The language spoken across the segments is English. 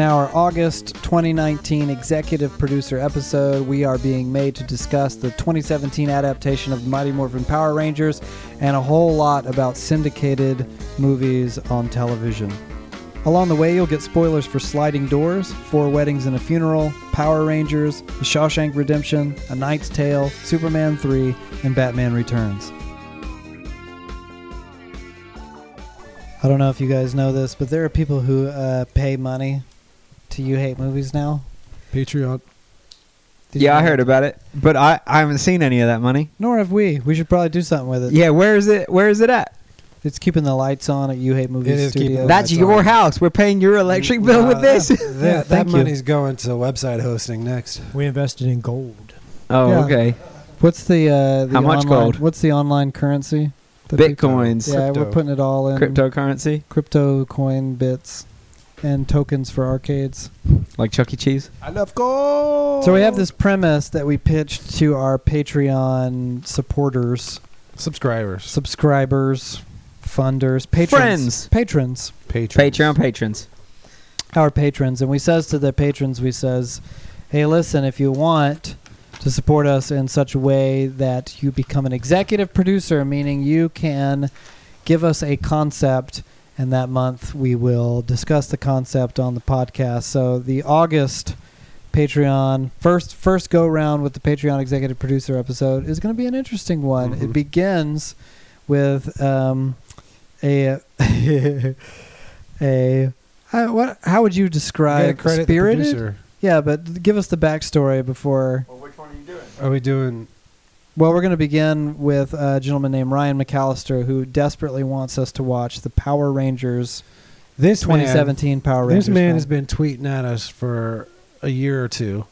our August 2019 executive producer episode. We are being made to discuss the 2017 adaptation of Mighty Morphin Power Rangers and a whole lot about syndicated movies on television. Along the way, you'll get spoilers for Sliding Doors, Four Weddings and a Funeral, Power Rangers, The Shawshank Redemption, A Knight's Tale, Superman 3, and Batman Returns. I don't know if you guys know this, but there are people who uh, pay money to You Hate Movies now. Patreon. Did yeah, you I know? heard about it, but I, I haven't seen any of that money. Nor have we. We should probably do something with it. Yeah, where is it? Where is it at? It's keeping the lights on at You Hate It Movies is keeping Studio. the Oh, That's Uh, that's your all. house. We're paying your electric bill No, with this. that- That, that thank you. money's going to website hosting next. We invested in gold. Oh, Yeah. okay. What's the, uh, the How much online, gold? What's the online currency? The Bitcoins, Yeah, we're Crypto. putting it all um, in cryptocurrency, crypto coin bits and tokens for arcades. like Chuck E. Cheese. I love gold. So we have this premise that we pitched to our Patreon supporters, subscribers, subscribers, funders, patrons, Friends. patrons, patrons. Patreon patrons. our patrons, and we says to the patrons, we says, "Hey, listen, if you want." To support us in such a way that you become an executive producer, meaning you can give us a concept, and that month we will discuss the concept on the podcast. So the August Patreon first first go round with the Patreon executive producer episode is going to be an interesting one. It Mhm. begins with um, a a Uh, I, what? How would you You gotta describe credit the spirited? producer. yeah, but give us the backstory before Are we doing? well, we're going to begin with a gentleman named Ryan McAllister who desperately wants us to watch the Power Rangers This man- 2017 Power Rangers. This man film. has been tweeting at us for a year or two.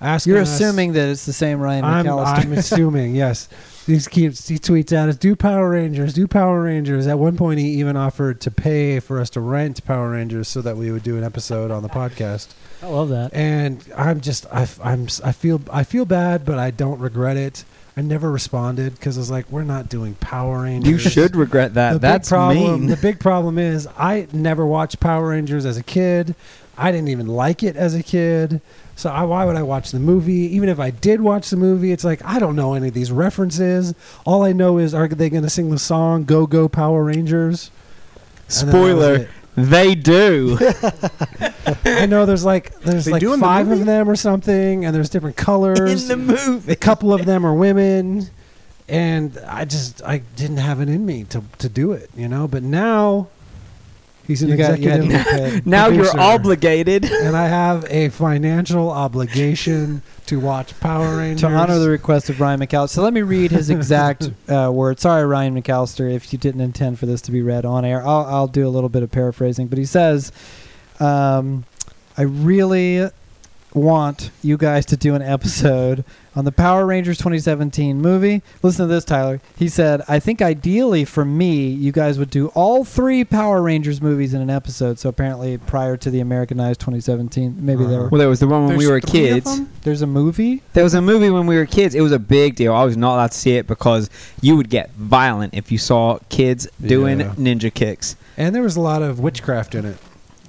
Asking You're us- assuming that it's the same Ryan I'm, McAllister. I'm assuming, yes. He keeps he tweets at us, do Power Rangers, do Power Rangers. At one point, he even offered to pay for us to rent Power Rangers so that we would do an episode on the podcast. I love that. And I'm just I, am I feel I feel bad, but I don't regret it. I never responded because I was like, we're not doing Power Rangers. You should regret that. The That's big problem, mean. The big problem is I never watched Power Rangers as a kid. I didn't even like it as a kid. So I, why would I watch the movie? Even if I did watch the movie, it's like I don't know any of these references. All I know is are they going to sing the song "Go Go Power Rangers"? And then that was Spoiler: it. they do. I know there's like there's They like do in the five movie? of them or something, and there's different colors. in the movie. a couple of them are women and i just i didn't have it in me to, to do it you know but now he's an You got- you had executive Now producer, you're obligated. and i have a financial obligation to watch power rangers to honor the request of Ryan McAllister. So let me read his exact uh, words. Sorry, Ryan McAllister, if you didn't intend for this to be read on air. I'll, I'll do a little bit of paraphrasing, but he says, um, I really want you guys to do an episode on the Power Rangers 2017 movie. Listen to this, Tyler. He said, I think ideally for me, you guys would do all three Power Rangers movies in an episode. So apparently, prior to the Americanized 2017, maybe there Uh-huh. were. Well, there was the one when we There's were three of kids. them? There's a movie. There was a movie when we were kids. It was a big deal. I was not allowed to see it because you would get violent if you saw kids doing Yeah. ninja kicks. and there was a lot of witchcraft in it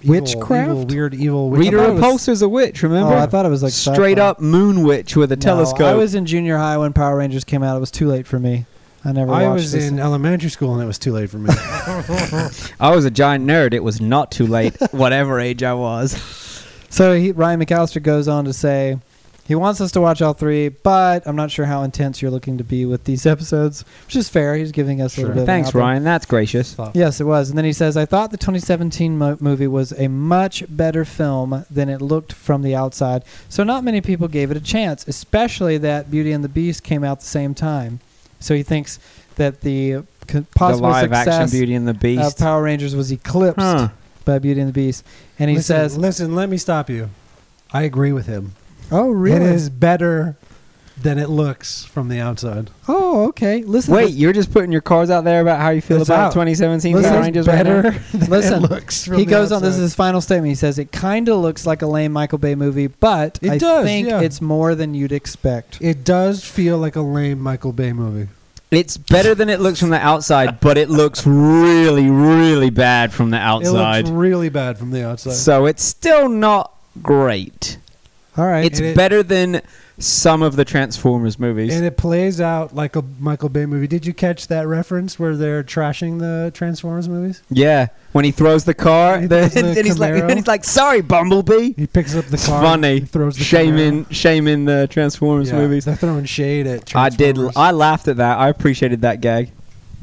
Witchcraft? evil, weird evil Rita witchcraft. Repulsa's a witch. Remember? Oh, I thought it was like Straight sci-fi. up moon witch with a No, telescope. I was in junior high when Power Rangers came out. It was too late for me. I never. i watched was this. in uh, elementary school and it was too late for me I was a giant nerd. It was not too late, whatever age I was. So he, Ryan McAllister goes on to say he wants us to watch all three, but I'm not sure how intense you're looking to be with these episodes, which is fair. He's giving us a Sure. little bit. of an Thanks, outlet. Ryan. That's gracious. Yes, it was. And then he says, I thought the 2017 mo- movie was a much better film than it looked from the outside, so not many people gave it a chance, especially that Beauty and the Beast came out the same time. So he thinks that the c- possible the live action success Uh, Beauty and the of Beast. Power Rangers was eclipsed Huh. by Beauty and the Beast. And he listen, says, listen let me stop you i agree with him Oh, It really? is better than it looks from the outside. Oh, okay. Listen. Wait, you're just putting your cards out there about how you feel It's about out. 2017 Listen, Power it's Rangers right better now? than Listen, it looks from he the goes on. This is outside. his final statement. He says, It kind of looks like a lame Michael Bay movie, but It I does, think yeah. it's more than you'd expect. It does feel like a lame Michael Bay movie. It's better than it looks from the outside, but it looks really, really bad from the It outside. looks really bad from the outside. So it's still not great. All right. It's and it- better than some of the Transformers movies. And it plays out like a Michael Bay movie. Did you catch that reference where they're trashing the Transformers movies? yeah, when he throws the car, He the- throws the and he's like, Camaro. and he's like, "Sorry, Bumblebee." He picks up the It's car. funny. and throws the Shaming, shaming the Transformers Yeah, movies. They're throwing shade at. I did. Transformers. I laughed at that. I appreciated that gag.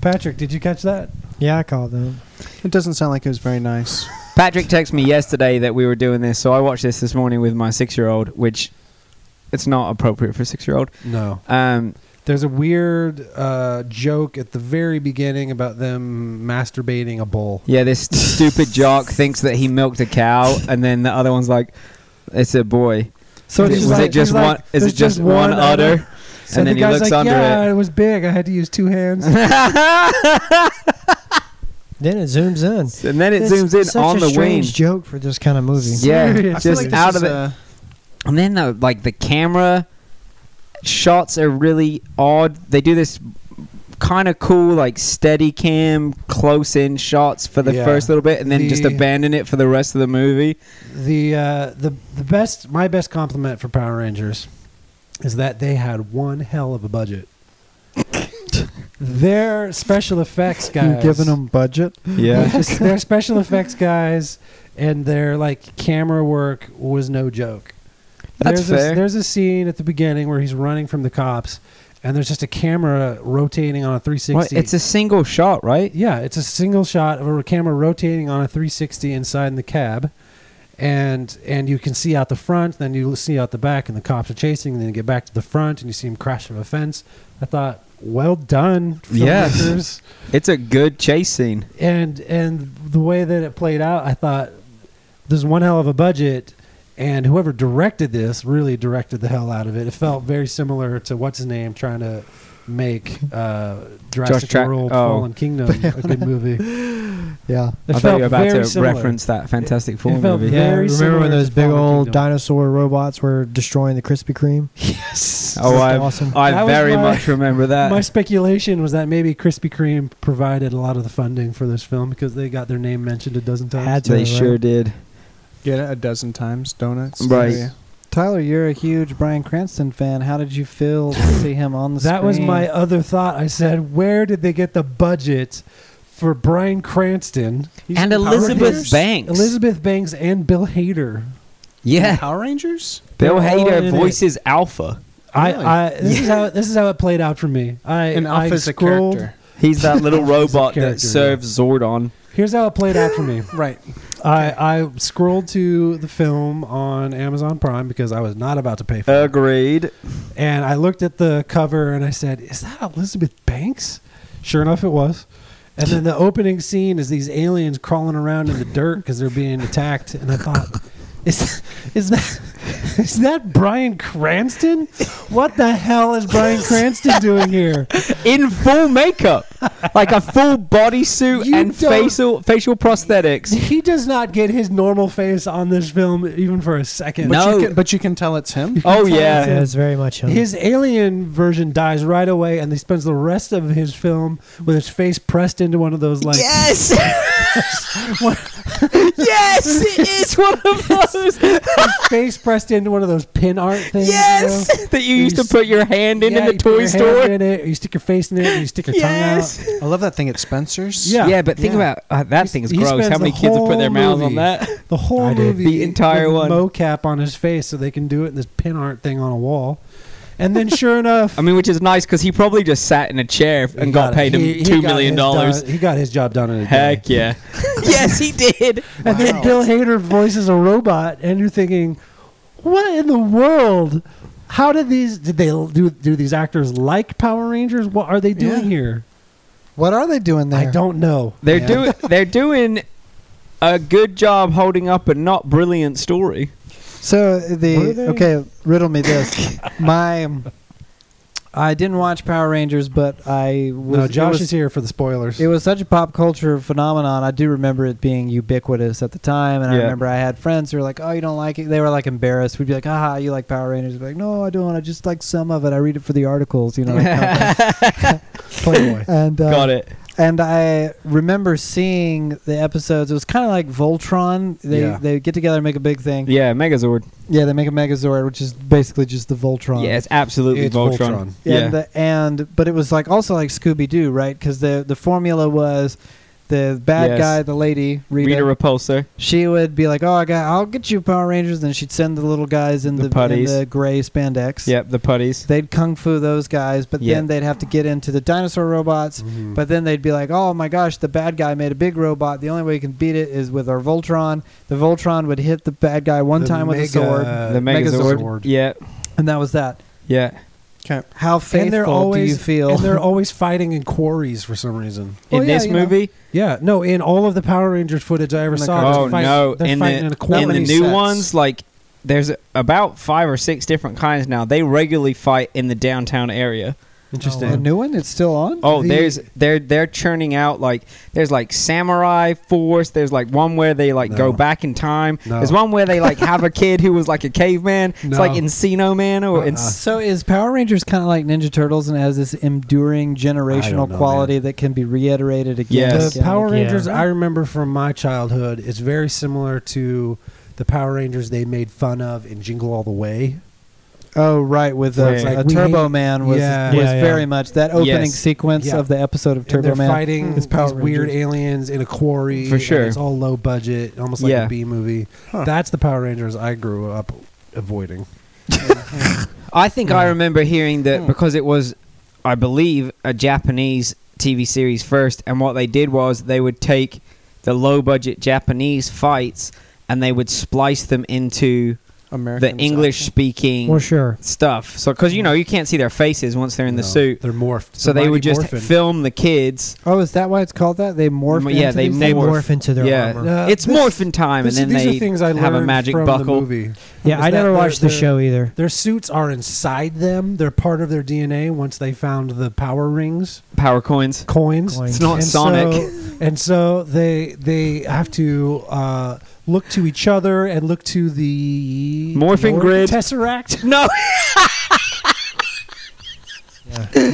Patrick, did you catch that? Yeah, I called them. It doesn't sound like it was very nice. Patrick texted me yesterday that we were doing this, so I watched this this morning with my six-year-old, which it's not appropriate for a six-year-old. No. Um, There's a weird uh, joke at the very beginning about them masturbating a bull. yeah, this stupid jock thinks that he milked a cow, and then the other one's like, "It's a boy." so it's was just it like, just he's like, one? Is "There's it just one udder? So And the then he guy's looks like, under yeah, it." was big. I had to use two hands. Then it zooms in. and then it It's zooms in such on a the wing. strange joke for this kind of movie. Yeah, I feel just like this out is of it. a- And then the, like the camera shots are really odd. They do this kind of cool like steady cam close in shots for the Yeah. first little bit and then just The- abandon it for the rest of the movie. the uh, the the best my best compliment for Power Rangers is that they had one hell of a budget. Their special effects guys, you're giving them budget. Yeah. Just their special effects guys, and their like camera work was no joke. That's there's fair. A, there's a scene at the beginning where he's running from the cops, and there's just a camera rotating on a 360. What? It's a single shot, right? Yeah, it's a single shot of a camera rotating on a 360 inside the cab, and and you can see out the front, then you see out the back, and the cops are chasing, and then you get back to the front, and you see him crash from a fence. I thought, well done, Yeah. filmmakers. It's a good chase scene. and and the way that it played out, I thought there's one hell of a budget. And whoever directed this really directed the hell out of it. It felt very similar to what's his name trying to make uh, Jurassic Tra- World: oh. Fallen Kingdom a good movie. Yeah. It I thought felt you were about very to similar. reference that Fantastic Four felt movie. very Yeah, remember similar when those to big Fallen old Kingdom. dinosaur robots were destroying the Krispy Kreme? Yes. Oh, That's I, awesome. I That was very my- much remember that. My speculation was that maybe Krispy Kreme provided a lot of the funding for this film because they got their name mentioned a dozen times. Had to, they right? sure did. Get it a dozen times, donuts. Right. Yeah. Tyler, you're a huge Brian Cranston fan. How did you feel to see him on the that screen? was my other thought. I said, where did they get the budget for Brian Cranston, He's And in Power Elizabeth Rangers? Banks. Elizabeth Banks, and Bill Hader? Eh. Yeah. Power Rangers? Bill They're all in Hader it. voices Alpha. Really? I, I this is how this is how it played out for me. I And I Alpha's a scrolled- character. He's that little robot character, that serves Zordon. Here's how it played out for me. Right. I, I scrolled to the film on Amazon Prime because I was not about to pay for it. Agreed. And I looked at the cover and I said, Is that Elizabeth Banks? Sure enough, it was. And then the opening scene is these aliens crawling around in the dirt because they're being attacked. And I thought, is, is that is that Brian Cranston? What the hell is Brian Cranston doing here? In full makeup. like a full bodysuit You and don't- facial facial prosthetics. He does not get his normal face on this film even for a second. But, No. you can, but you can tell it's him. Oh Yeah, yeah. it's very much him. His alien version dies right away, and he spends the rest of his film with his face pressed into one of those like yes. yes, it is one of those. his face pressed into one of those pin art things. you know? Yes, that you used to put your hand in Yeah, in the you put toy your store. hand in it, or you stick your face in it, and you stick your Yes. tongue I love that thing at Spencer's. Yeah. but think Yeah. about uh, that thing is he gross. How spends many the kids have put their whole mouths on movie- that? out. The whole I did. movie, The entire with one. mocap on his face, so they can do it in this pin art thing on a wall. And then, sure enough, I mean, which is nice because he probably just sat in a chair he and got, it. paid He- he him two got million his dollars. done- He got his job done in a day. Heck yeah! yes, he did. And then Wow. Bill Hader voices a robot, and you're thinking, what in the world? How did these? Did they l- do? Do these actors like Power Rangers? What are they doing Yeah. here? What are they doing there? I don't know. They're man. doing they're doing a good job holding up a not brilliant story. So Were the they? okay, riddle me this. My, I didn't watch Power Rangers, but I was. No, it Josh was- is here for the spoilers. It was such a pop culture phenomenon. I do remember it being ubiquitous at the time, and I Yeah. remember I had friends who were like, "Oh, you don't like it." They were like embarrassed. We'd be like, "Ah, you like Power Rangers?" I'd be like, "No, I don't. I just like some of it. I read it for the articles, you know." Playboy. and uh, got it. And I remember seeing the episodes. It was kind of like Voltron. They Yeah. they get together and make a big thing. Yeah. Yeah, Megazord. they make a Megazord, which is basically just the Voltron. Yeah, it's absolutely It's Voltron. Voltron. Yeah. And the, and but it was like also like Scooby Doo, right? Because the the formula was the bad Yes. guy, the lady Rita, Rita Repulsa. she would be like, "Oh, I got, I'll get you Power Rangers," and she'd send the little guys in The the, in putties. the gray spandex. Yep, the putties. They'd kung fu those guys, but Yeah. Mm-hmm. then they'd have to get into the dinosaur robots. Mhm. But then they'd be like, "Oh my gosh, the bad guy made a big robot. The only way you can beat it is with our Voltron." The Voltron would hit the bad guy one The time with a mega- sword, the uh, Megazord. Megazord. Yeah, and that was that. yeah. Okay. How and they're faithful always do you feel? and they're always fighting in quarries for some reason. Well, in yeah, this you know. movie, Yeah, no, in all of the Power Rangers footage I ever In the saw, Oh, they're oh fighting, no, they're in fighting in a the, quarry. in the many new sets? ones, like there's about five or six different kinds now. They regularly fight in the downtown area. a new one? It's still on. Oh, The- there's they're they're churning out like there's like samurai force. There's like one where they like go No. back in time. No. There's one where they like have a kid who was like a caveman. It's like No. Encino Man or Uh-uh. Enc- Oh, uh, So is Power Rangers kind of like Ninja Turtles and has this enduring I don't generational know, quality that can be reiterated again? Yes. and The again and Power again? Rangers I remember from my childhood is very similar to the Power Rangers they made fun of in Jingle All the Way. Oh right, with uh, Yeah. a Like we Turbo hate- Man was Yeah. was Yeah, yeah. very much that opening Yes. sequence Yeah. of the episode of And Turbo they're Man. Hmm. fighting is Power these weird Rangers. aliens in a quarry. For and sure. it's all low budget, almost like Yeah. a B movie. Huh. That's the Power Rangers I grew up avoiding. I think I remember hearing that Hmm. because it was, I believe, a Japanese TV series first, and what they did was they would take the low budget Japanese fights and they would splice them into American the English speaking Well, sure. stuff. So, because you know, you can't see their faces once they're in the No, suit. They're morphed. So They're they would mighty just morphin. film the kids. Oh, is that why it's called that? They morph. Mm, yeah, into they these They things? morph. morph into their Yeah. armor. Uh, it's this- morphin time, this- and then these they are things I have a learned magic from The buckle. movie. Yeah, Is I that never their- watched the their- show either. Their suits are inside them. They're part of their DNA once they found the power rings, Power coins. coins. Coins. It's not Sonic. So, and so they they have to uh, look to each other and look to the Morphing Morph- grid. tesseract. No.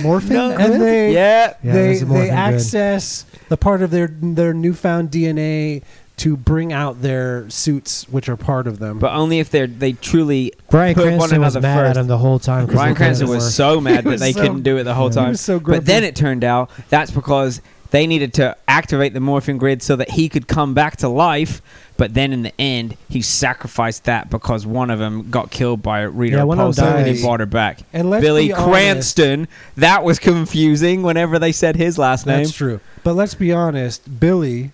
Morphin? And they yeah. they Yeah, there's a they Morphin grid. access the part of their their newfound DNA to bring out their suits, which are part of them. But only if they're they truly. Brian Put one Cranston was another mad first. at him the whole time. 'cause Bryan look at Cranston his was work. so mad He that was they so- couldn't do it the whole He Yeah. time. was so grumpy. But then it turned out that's because they needed to activate the morphing grid so that he could come back to life. But then in the end, he sacrificed that because one of them got killed by Rita Yeah, one of Repulsa them and he dies. brought her back. and let's Billy be honest- Cranston. That was confusing whenever they said his last name. That's true. But let's be honest, Billy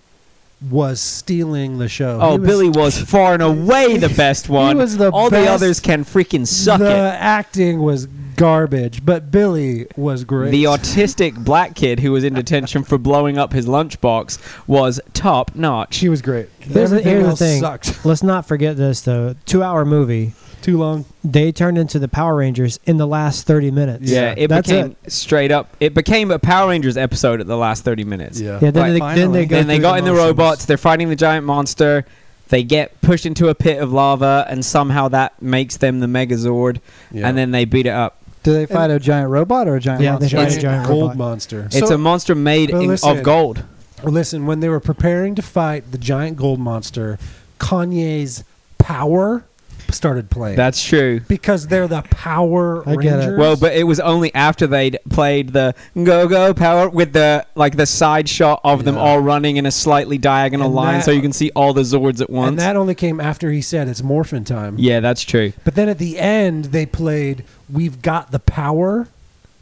was stealing the show. Oh, He was Billy was far and away the best one. was the All the best- others can freaking suck the acting was garbage, but Billy was it. great. The autistic black kid who was in detention for blowing up his lunchbox was top notch. she was great. Here's the- Everything here's the else thing. sucked. Let's not forget this, though. Two hour movie. Too long. They turned into the Power Rangers in the last 30 minutes. Yeah, it That's became straight up. It became a Power Rangers episode at the last thirty minutes. Yeah. Yeah, then, Like, they, then they finally. go Then they through got in the motions. robots. They're fighting the giant monster. They get pushed into a pit of lava, and somehow that makes them the Megazord. And then they beat it up. Do they fight a giant robot or a giant Yeah, they monster? fight It's a giant gold robot. monster. It's So- a monster made But in, listen. of gold. Listen, when they were preparing to fight the giant gold monster, Kanye's power started playing. That's true. because they're the Power I get it. Rangers. Well, but it was only after they'd played the Go Go Power with the like the side shot of them Yeah. all running in a slightly diagonal And line, that- so you can see all the Zords at once. and that only came after he said it's morphin time. yeah, that's true. But then at the end, they played "We've Got the Power"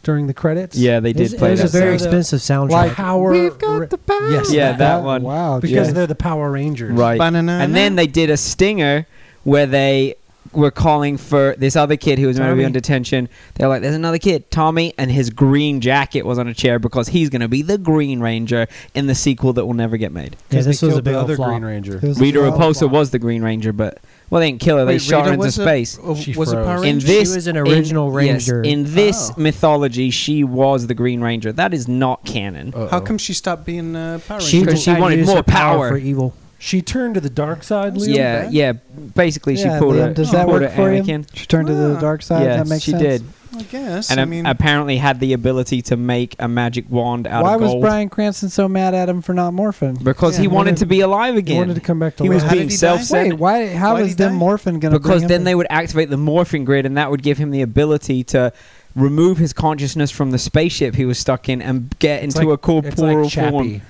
during the credits. Yeah, they It did was, play it was that. a very So the- expensive soundtrack. like power. We've got the power. Yes, Yeah, that- that one. Wow, because Jack. they're the Power Rangers. right. Banana. And then they did a stinger where they were calling for this other kid who was going to be Tommy. on detention. They're like, "There's another kid, Tommy," and his green jacket was on a chair because he's going to be the Green Ranger in the sequel that will never get made. yeah, 'Cause this they was a killed big the old other flop. Green Ranger. It was Rita a wild Repulsa one. was the Green Ranger, but well, they didn't kill her. They Wait, shot Rita her into was a- space. oh, She was a froze. Power in Ranger? this, She was an in- original yes, ranger. in this Oh. mythology, she was the Green Ranger. That is not canon. Oh. How come she stopped being uh, Power She Ranger? just- decided to wanted use more her power. for evil. She turned to the dark side, Leo. yeah, back? yeah. Basically, she Yeah, pulled Liam, a, does she that pulled work a for you? Anakin. She turned to the Ah. dark side. yeah, that makes she sense. did, I guess. and I ap- mean, apparently had the ability to make a magic wand out Why of was gold Brian Cranston so mad at him for not morphing? because Yeah, he he wanted wanted- to be alive He again. wanted to come back to He life. was How did being he die? Wait, self-centered why? How Why'd is he them die? morphing going to because then they would activate the morphing grid, and that would give him the ability to remove his consciousness from the spaceship he was stuck in and get It's into like- a it's like corporeal Chappie. form.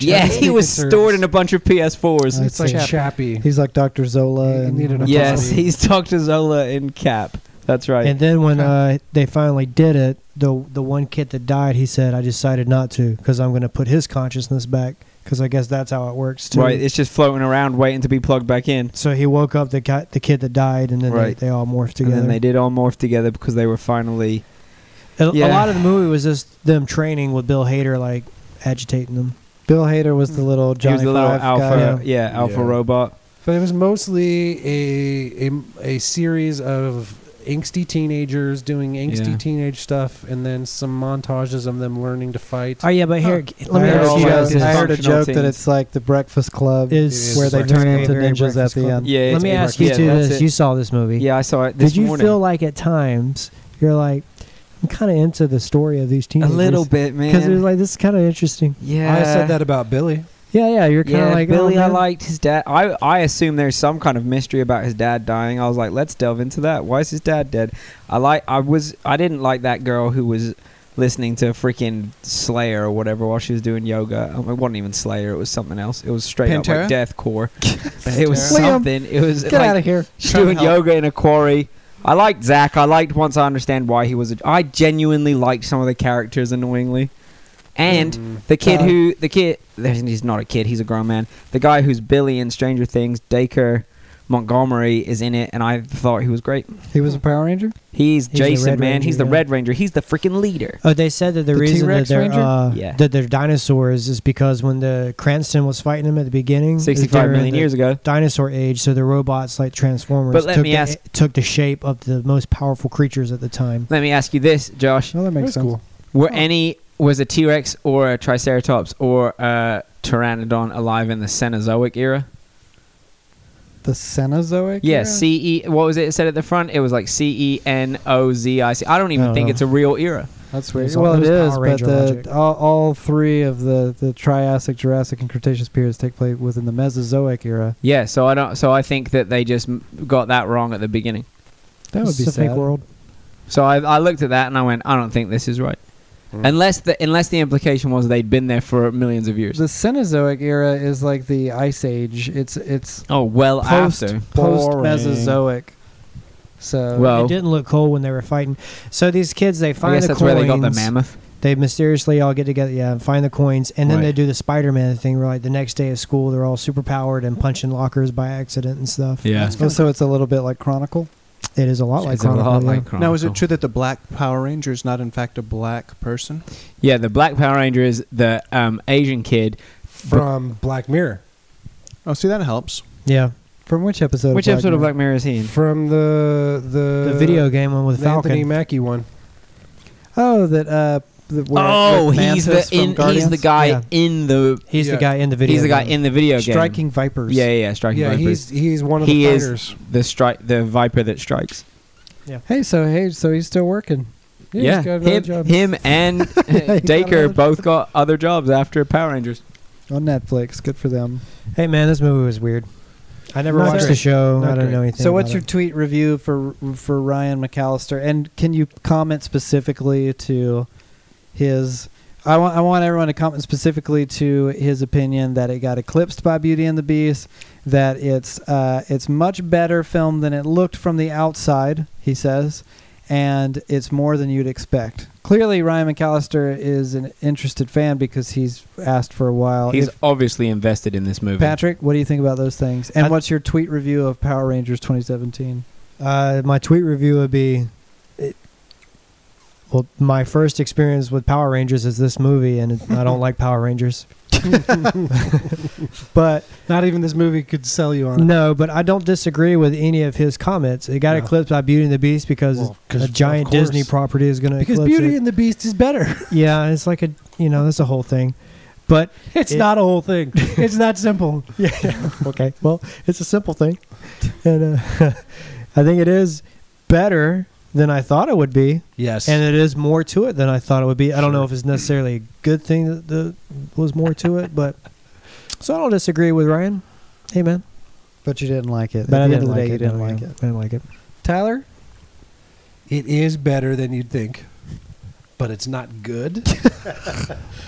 Yeah, Chappie he was concerns. stored in a bunch of PS4s. I It's like see. Chappie. He's like Doctor Zola. He and needed a yes, Chappie. he's Doctor Zola in Cap. That's right. And then when uh, they finally did it, the the one kid that died, he said, "I decided not to because I'm going to put his consciousness back because I guess that's how it works too." right, it's just floating around waiting to be plugged back in. so he woke up the guy, the kid that died, and then Right. they, they all morphed together. And then they did all morph together because they were finally. a, yeah. a lot of the movie was just them training with Bill Hader, like agitating them. Bill Hader was the little He Johnny was the little Five alpha, guy. yeah, alpha Yeah. robot. But it was mostly a a, a series of angsty teenagers doing angsty Yeah. teenage stuff, and then some montages of them learning to fight. Oh yeah, but here, I let me heard, They're a all like ask you joke- guys. this. I heard a dysfunctional joke that teens. it's like the Breakfast Club. Is where they turn into very ninjas at Breakfast the Club. end. Yeah, Let it's me very- ask you yeah, too that's this. it. You saw this movie. Yeah, I saw it this Did you morning. feel like at times you're like, I'm kind of into the story of these a teenagers? little bit, Because it man? was like, this is kind of interesting. yeah, I said that about Billy. Yeah, yeah. You're kind of Yeah, like, Billy, oh, I man. liked his dad. I I assume there's some kind of mystery about his dad dying. I was like, let's delve into that. Why is his dad dead? I like I was I didn't like that girl who was listening to freaking Slayer or whatever while she was doing yoga. Um, It wasn't even Slayer. It was something else. It was straight Pantera? up like deathcore. it was Pantera? Liam, something. It was Get like out of here. she Trying to doing help. yoga in a quarry. I liked Zach. I liked once I understand why he was. A, I genuinely liked some of the characters annoyingly, and Mm. the kid Uh, who the kid he's not a kid he's a grown man the guy who's billy in stranger things dacre montgomery is in it and i thought he was great He was a Power Ranger. he's, the jason Red man Ranger, he's the yeah. red ranger he's the freaking leader Oh, they said that the, The reason T-Rex that they're Ranger? uh, Yeah. that they're dinosaurs is because when the Cranston was fighting them at the beginning, is 65 during million the years ago Dinosaur age, so the robots like Transformers But let took, me the, ask- took the shape of the most powerful creatures at the time. let me ask you this josh Oh, that makes was sense. cool. were any was a t-rex or a triceratops or a pteranodon alive in the cenozoic era The Cenozoic. yeah era? c-e what was it it said at the front it was like E c-e-n-o-z-i-c i don't even Oh. think it's a real era That's It weird. was all- Well, it it was is, Power but Ranger the, logic. all, all three of the, the Triassic, Jurassic, and Cretaceous periods take place within the Mesozoic era. yeah so i don't so i think that they just m- got that wrong at the beginning That would be It's a fake sad. world. So I, I looked at that and I went, I don't think this is right. Hmm. Unless the unless the implication was they'd been there for millions of years. The Cenozoic era is like the Ice Age. It's it's oh well, post after post Boring. Mesozoic. So Well- Oh. It didn't look cool when they were fighting. So these kids, they I find guess the that's coins. where they got the mammoth. they mysteriously all get together, yeah, and find the coins, and then Right. they do the Spider-Man thing. Where like the next day of school, they're all super powered and punching lockers by accident and stuff. Yeah, Oh, so it's a little bit like Chronicle. It is a lot like Chronicle. yeah. now is it true that the black Power Ranger is not in fact a black person? Yeah, the Black Power Ranger is the um, Asian kid. from Black Mirror, Oh, see that helps. Yeah, From which episode? Which of episode of Mirror? Black Mirror is he in? from the the the video game one with the Anthony Falcon. Mackie one. uh, Oh, that uh, the, where, oh, with he's the Mantis from in, he's Guardians? the guy Yeah. in the He's Yeah. the guy in the video. he's the guy game. in the video game. striking vipers. Yeah, yeah, yeah striking. yeah, he's vipers. he's one of He the is- fighters. the strike the viper that strikes. Hey, so hey, so he's still working. Yeah, he's got another him, job. him and got Dacre another both got other jobs after Power Rangers. On Netflix, good for them. Hey man, this movie was weird. I never Not watched great. the show. Not I don't great. know anything. So, what's your about tweet review for for Ryan McAllister? And can you comment specifically to his? I want I want everyone to comment specifically to his opinion that it got eclipsed by Beauty and the Beast. That it's uh, it's much better film than it looked from the outside. He says, and it's more than you'd expect. Clearly, Ryan McAllister is an interested fan because he's asked for a while. He's If- obviously invested in this movie. Patrick, what do you think about those things? And I- what's your tweet review of Power Rangers 2017? it. Uh, my tweet review would be, it, well, my first experience with Power Rangers is this movie, and it, I don't like Power Rangers. but Not even this movie could sell you on it. No, but I don't disagree with any of his comments. It got No. eclipsed by Beauty and the Beast because Well, 'cause a of giant course. Disney property is going to because eclipse Beauty it. and the Beast is better. Yeah, it's like a you know that's a whole thing. But It's It- not a whole thing. It's that simple. yeah, okay. Well, it's a simple thing, and uh, I think it is better than I thought it would be, Yes. and it is more to it than I thought it would be. I don't know if it's necessarily a good thing that the, was more to it, but so I don't disagree with Ryan. Hey man, But you didn't like it. but At I the end didn't of the like day, it. you didn't No, like yeah, it. I didn't like it. Tyler? It is better than you'd think, but it's not good.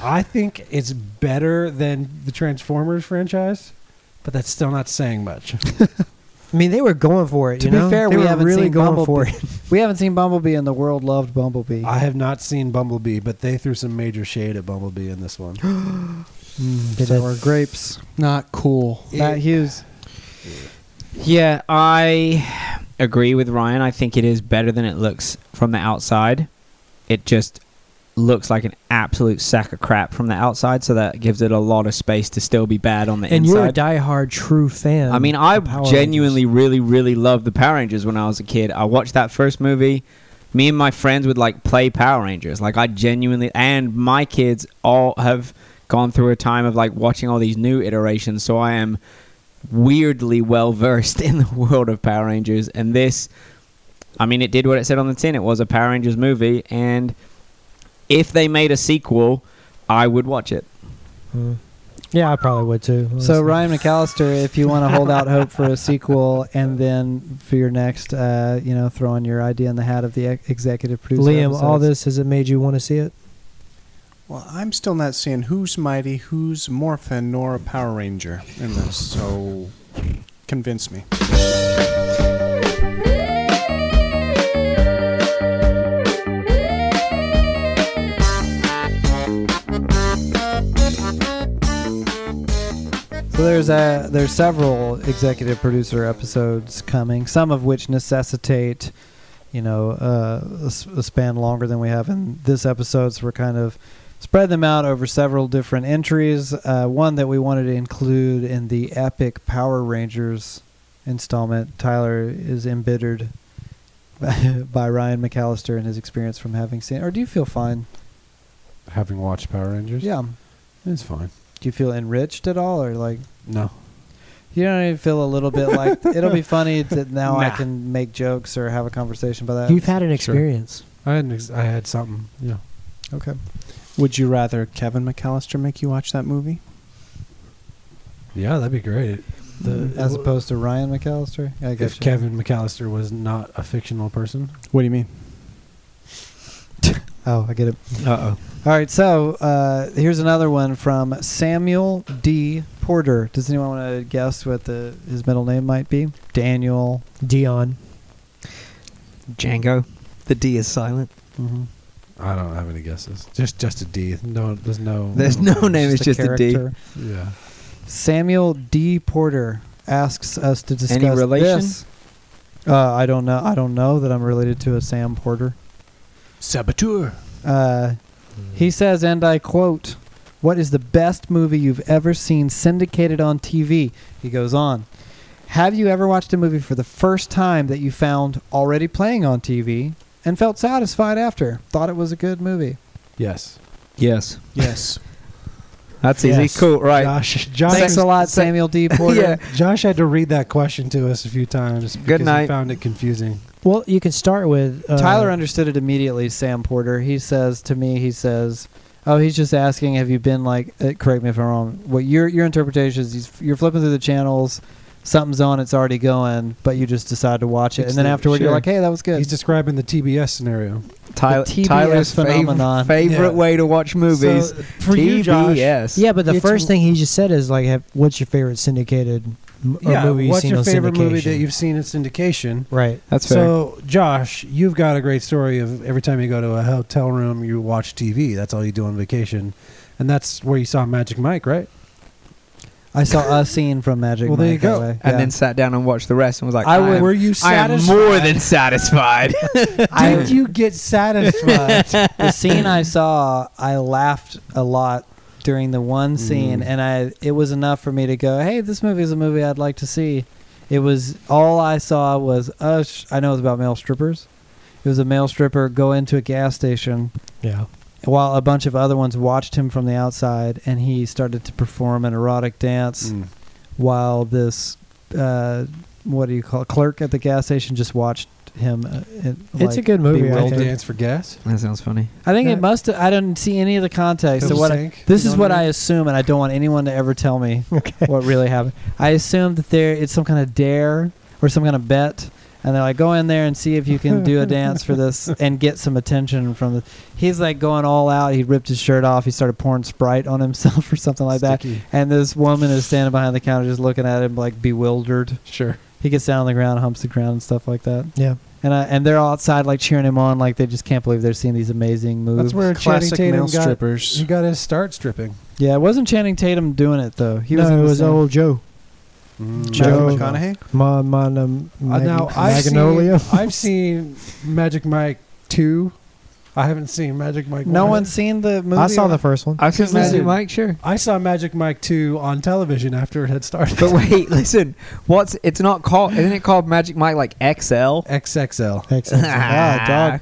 I think it's better than the Transformers franchise, but that's still not saying much. I mean, they were going for it. To you be know? fair, They we were haven't really seen going Bumblebee. for it. We haven't seen Bumblebee, and the world loved Bumblebee. I have not seen Bumblebee, but they threw some major shade at Bumblebee in this one. They did. Sour grapes. Not cool. Matt Hughes. Yeah, I agree with Ryan. I think it is better than it looks from the outside. It just looks like an absolute sack of crap from the outside, so that gives it a lot of space to still be bad on the and inside. you're a diehard true fan. I mean, I of Power genuinely Rangers. really, really loved the Power Rangers when I was a kid. I watched that first movie. Me and my friends would like play Power Rangers. Like I genuinely, and my kids all have gone through a time of like watching all these new iterations. So I am weirdly well versed in the world of Power Rangers. And this, I mean, it did what it said on the tin. It was a Power Rangers movie, and if they made a sequel, I would watch it. Mm. Yeah, I probably would too. So honestly. Ryan McAllister, if you want to hold out hope for a sequel, and then for your next, uh, you know, throwing your idea in the hat of the ex- executive producer. Liam, all episodes. this has it made you want to see it? Well, I'm still not seeing who's Mighty, who's Morphin, nor a Power Ranger in this, so convince me. So there's a there's several executive producer episodes coming, some of which necessitate, you know, uh, a, s- a span longer than we have in this episode. So we're kind of spread them out over several different entries. Uh, one that we wanted to include in the epic Power Rangers installment. Tyler is embittered by Ryan McAllister and his experience from having seen. Or do you feel fine? Having watched Power Rangers? Yeah. It's fine. Do you feel enriched at all, or like? No. You don't even feel a little bit like it'll be funny that now I Nah. can make jokes or have a conversation about that. You've had an experience. I had, an ex- I had something. Yeah. okay. Would you rather Kevin McAllister make you watch that movie? Yeah, that'd be great. The- uh, As opposed to Ryan McAllister, I guess. If Kevin McAllister was not a fictional person. What do you mean? Oh, I get it. Uh oh. All right, so uh, here's another one from Samuel D. Porter. Does anyone want to guess what the his middle name might be? Daniel. Dion. Django. The D is silent. Mm-hmm. I don't have any guesses. Just just a D. No, there's no. There's no name. It's just a D. Yeah. Samuel D. Porter asks us to discuss relation? this. Uh, I don't know. I don't know that I'm related to a Sam Porter. Saboteur. Uh, He says, and I quote, What is the best movie you've ever seen syndicated on TV? He goes on, Have you ever watched a movie for the first time that you found already playing on TV and felt satisfied after? Thought it was a good movie. Yes. Yes. Yes. That's Yes. easy. Cool. Right. Josh. Josh. Thanks a lot, Sa- Samuel D. Porter. Yeah. Josh had to read that question to us a few times. because he night. found it confusing. Well, you can start with uh, Tyler understood it immediately, Sam Porter. He says to me, he says, Oh, he's just asking, have you been like, uh, correct me if I'm wrong. What your your interpretation is, he's, you're flipping through the channels, something's on, it's already going, but you just decide to watch it. It's and then the- afterward, you're sure. like, hey, that was good. He's describing the TBS scenario. Tyler, TBS Tyler's fav- phenomenon. favorite Yeah. way to watch movies. So, for TBS. you, Josh. Yeah, but the It's- first thing he just said is like, have, "What's your favorite syndicated m- or Yeah. movie you've What's seen your on favorite movie syndication?" that you've seen in syndication? right. That's fair. So, Josh, you've got a great story of every time you go to a hotel room, you watch TV. That's all you do on vacation. And that's where you saw Magic Mike, right? I saw a scene from Magic Well, there Mike you that go. way. and Yeah. then sat down and watched the rest and was like, I I, would- am, Were you I am satisfied? more than satisfied. Did you get satisfied? the scene I saw, I laughed a lot during the one scene, Mm. and I it was enough for me to go, "Hey, this movie is a movie I'd like to see." It was all I saw was "Oh, us. I know it was about male strippers. It was a male stripper go into a gas station Yeah. while a bunch of other ones watched him from the outside, and he started to perform an erotic dance Hmm. Mm. while this, uh, what do you call it, clerk at the gas station just watched him. Uh, it, It's a like, good movie. I bewildered. think. Dance for gas. That sounds funny. I think Yeah. it must. I don't see any of the context. So Double what? I- sink. this You is know what I I mean? assume, and I don't want anyone to ever tell me Okay. what really happened. I assume that there it's some kind of dare or some kind of bet, and they're like, go in there and see if you can do a dance for this and get some attention from the. He's like going all out. He ripped his shirt off. He started pouring Sprite on himself or something like that. Sticky. And this woman is standing behind the counter, just looking at him like bewildered. Sure. He gets down on the ground, humps the ground, and stuff like that. Yeah. And I, and they're all outside like cheering him on, like they just can't believe they're seeing these amazing moves. That's where Channing Classic male Tatum got, strippers. he got his start stripping. Yeah, it wasn't Channing Tatum doing it though. He no, was in it the was same- old Joe. Matthew Joe. McConaughey. Ma, ma, um, Uh, Mag- now I've seen, Magnolia. I've seen Magic Mike two. I haven't seen Magic Mike. No one. one's seen the movie. I saw the or- first one. I can Imagine. imagine, Mike. Sure. I saw Magic Mike two on television after it had started. But wait, listen. What's it's not called? Isn't it called Magic Mike like XL? XXL. Excellent. Ah, dog.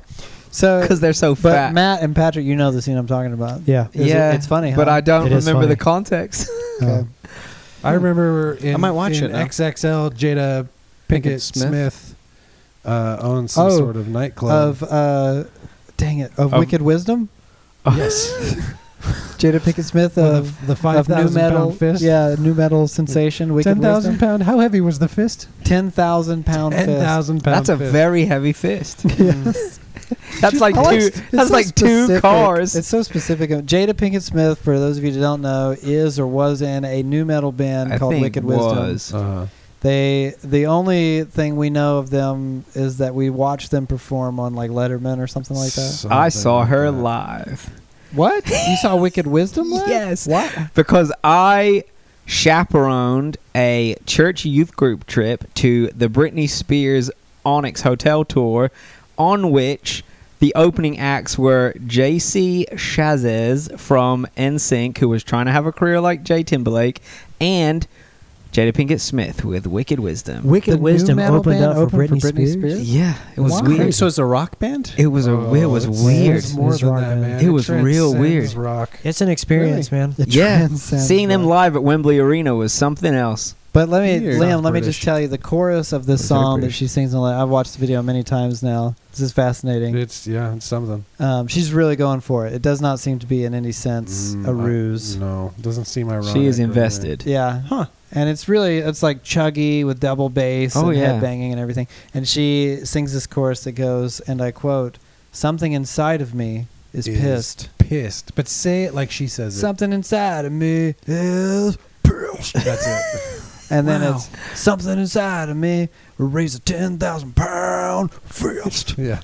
So, Because they're so but fat. Matt and Patrick, you know the scene I'm talking about. yeah. Is it- yeah, it's funny, But huh? I don't It is remember funny. the context. Uh, I remember in, might watch in it now. XXL Jada Pinkett, Smith, Pinkett Smith. uh, owns some Oh, sort of nightclub. Of uh, dang it, of Of- Wicked Wisdom. yes, Jada Pickett Smith Well, of the, the five of new thousand metal, pound fist. yeah, new metal sensation. Wicked ten thousand Wisdom. pound. How heavy was the fist? Ten thousand pound Ten fist. thousand pound. That's a fist. very heavy fist. Yes. That's like I like- two. It's That's so like two specific. cars. It's so specific. Jada Pinkett Smith, for those of you that don't know, is or was in a new metal band I called think Wicked Wisdom. was. Uh, They the only thing we know of them is that we watched them perform on like Letterman or something like that. something I saw like her that. live. What? You saw Wicked Wisdom live? Yes. What? because I chaperoned a church youth group trip to the Britney Spears Onyx Hotel tour, on which the opening acts were J.C. Shazes from NSYNC, who was trying to have a career like Jay Timberlake, and Jada Pinkett Smith with Wicked Wisdom. Wicked The new Wisdom metal opened band up for opened Britney, for Britney Spears. Spears? Yeah, it was Wow. weird. So it's a rock band. It was a it was it's- weird. It's Oh, more It's than rock that, band. man. It was real transcends weird. Rock. It's an experience, man. It Yeah, transcends seeing them that. live at Wembley Arena was something else. But let me, Weird. Liam, Not let me British. just tell you the chorus of this Okay, song that British. she sings. On, I've watched the video many times now. This is fascinating. It's yeah, it's something. Um, she's really going for it. It does not seem to be in any sense Mm, a I- ruse. no, doesn't seem ironic. She is or anything. invested. Yeah. Huh. And it's really it's like chuggy with double bass Oh, and yeah. head banging and everything. And she sings this chorus that goes, and I quote, "Something inside of me is, Is pissed. Pissed, but say it like she says it. Something inside of me is pissed." That's it. And then Wow. it's something inside of me will raise a ten thousand pound fist. yeah,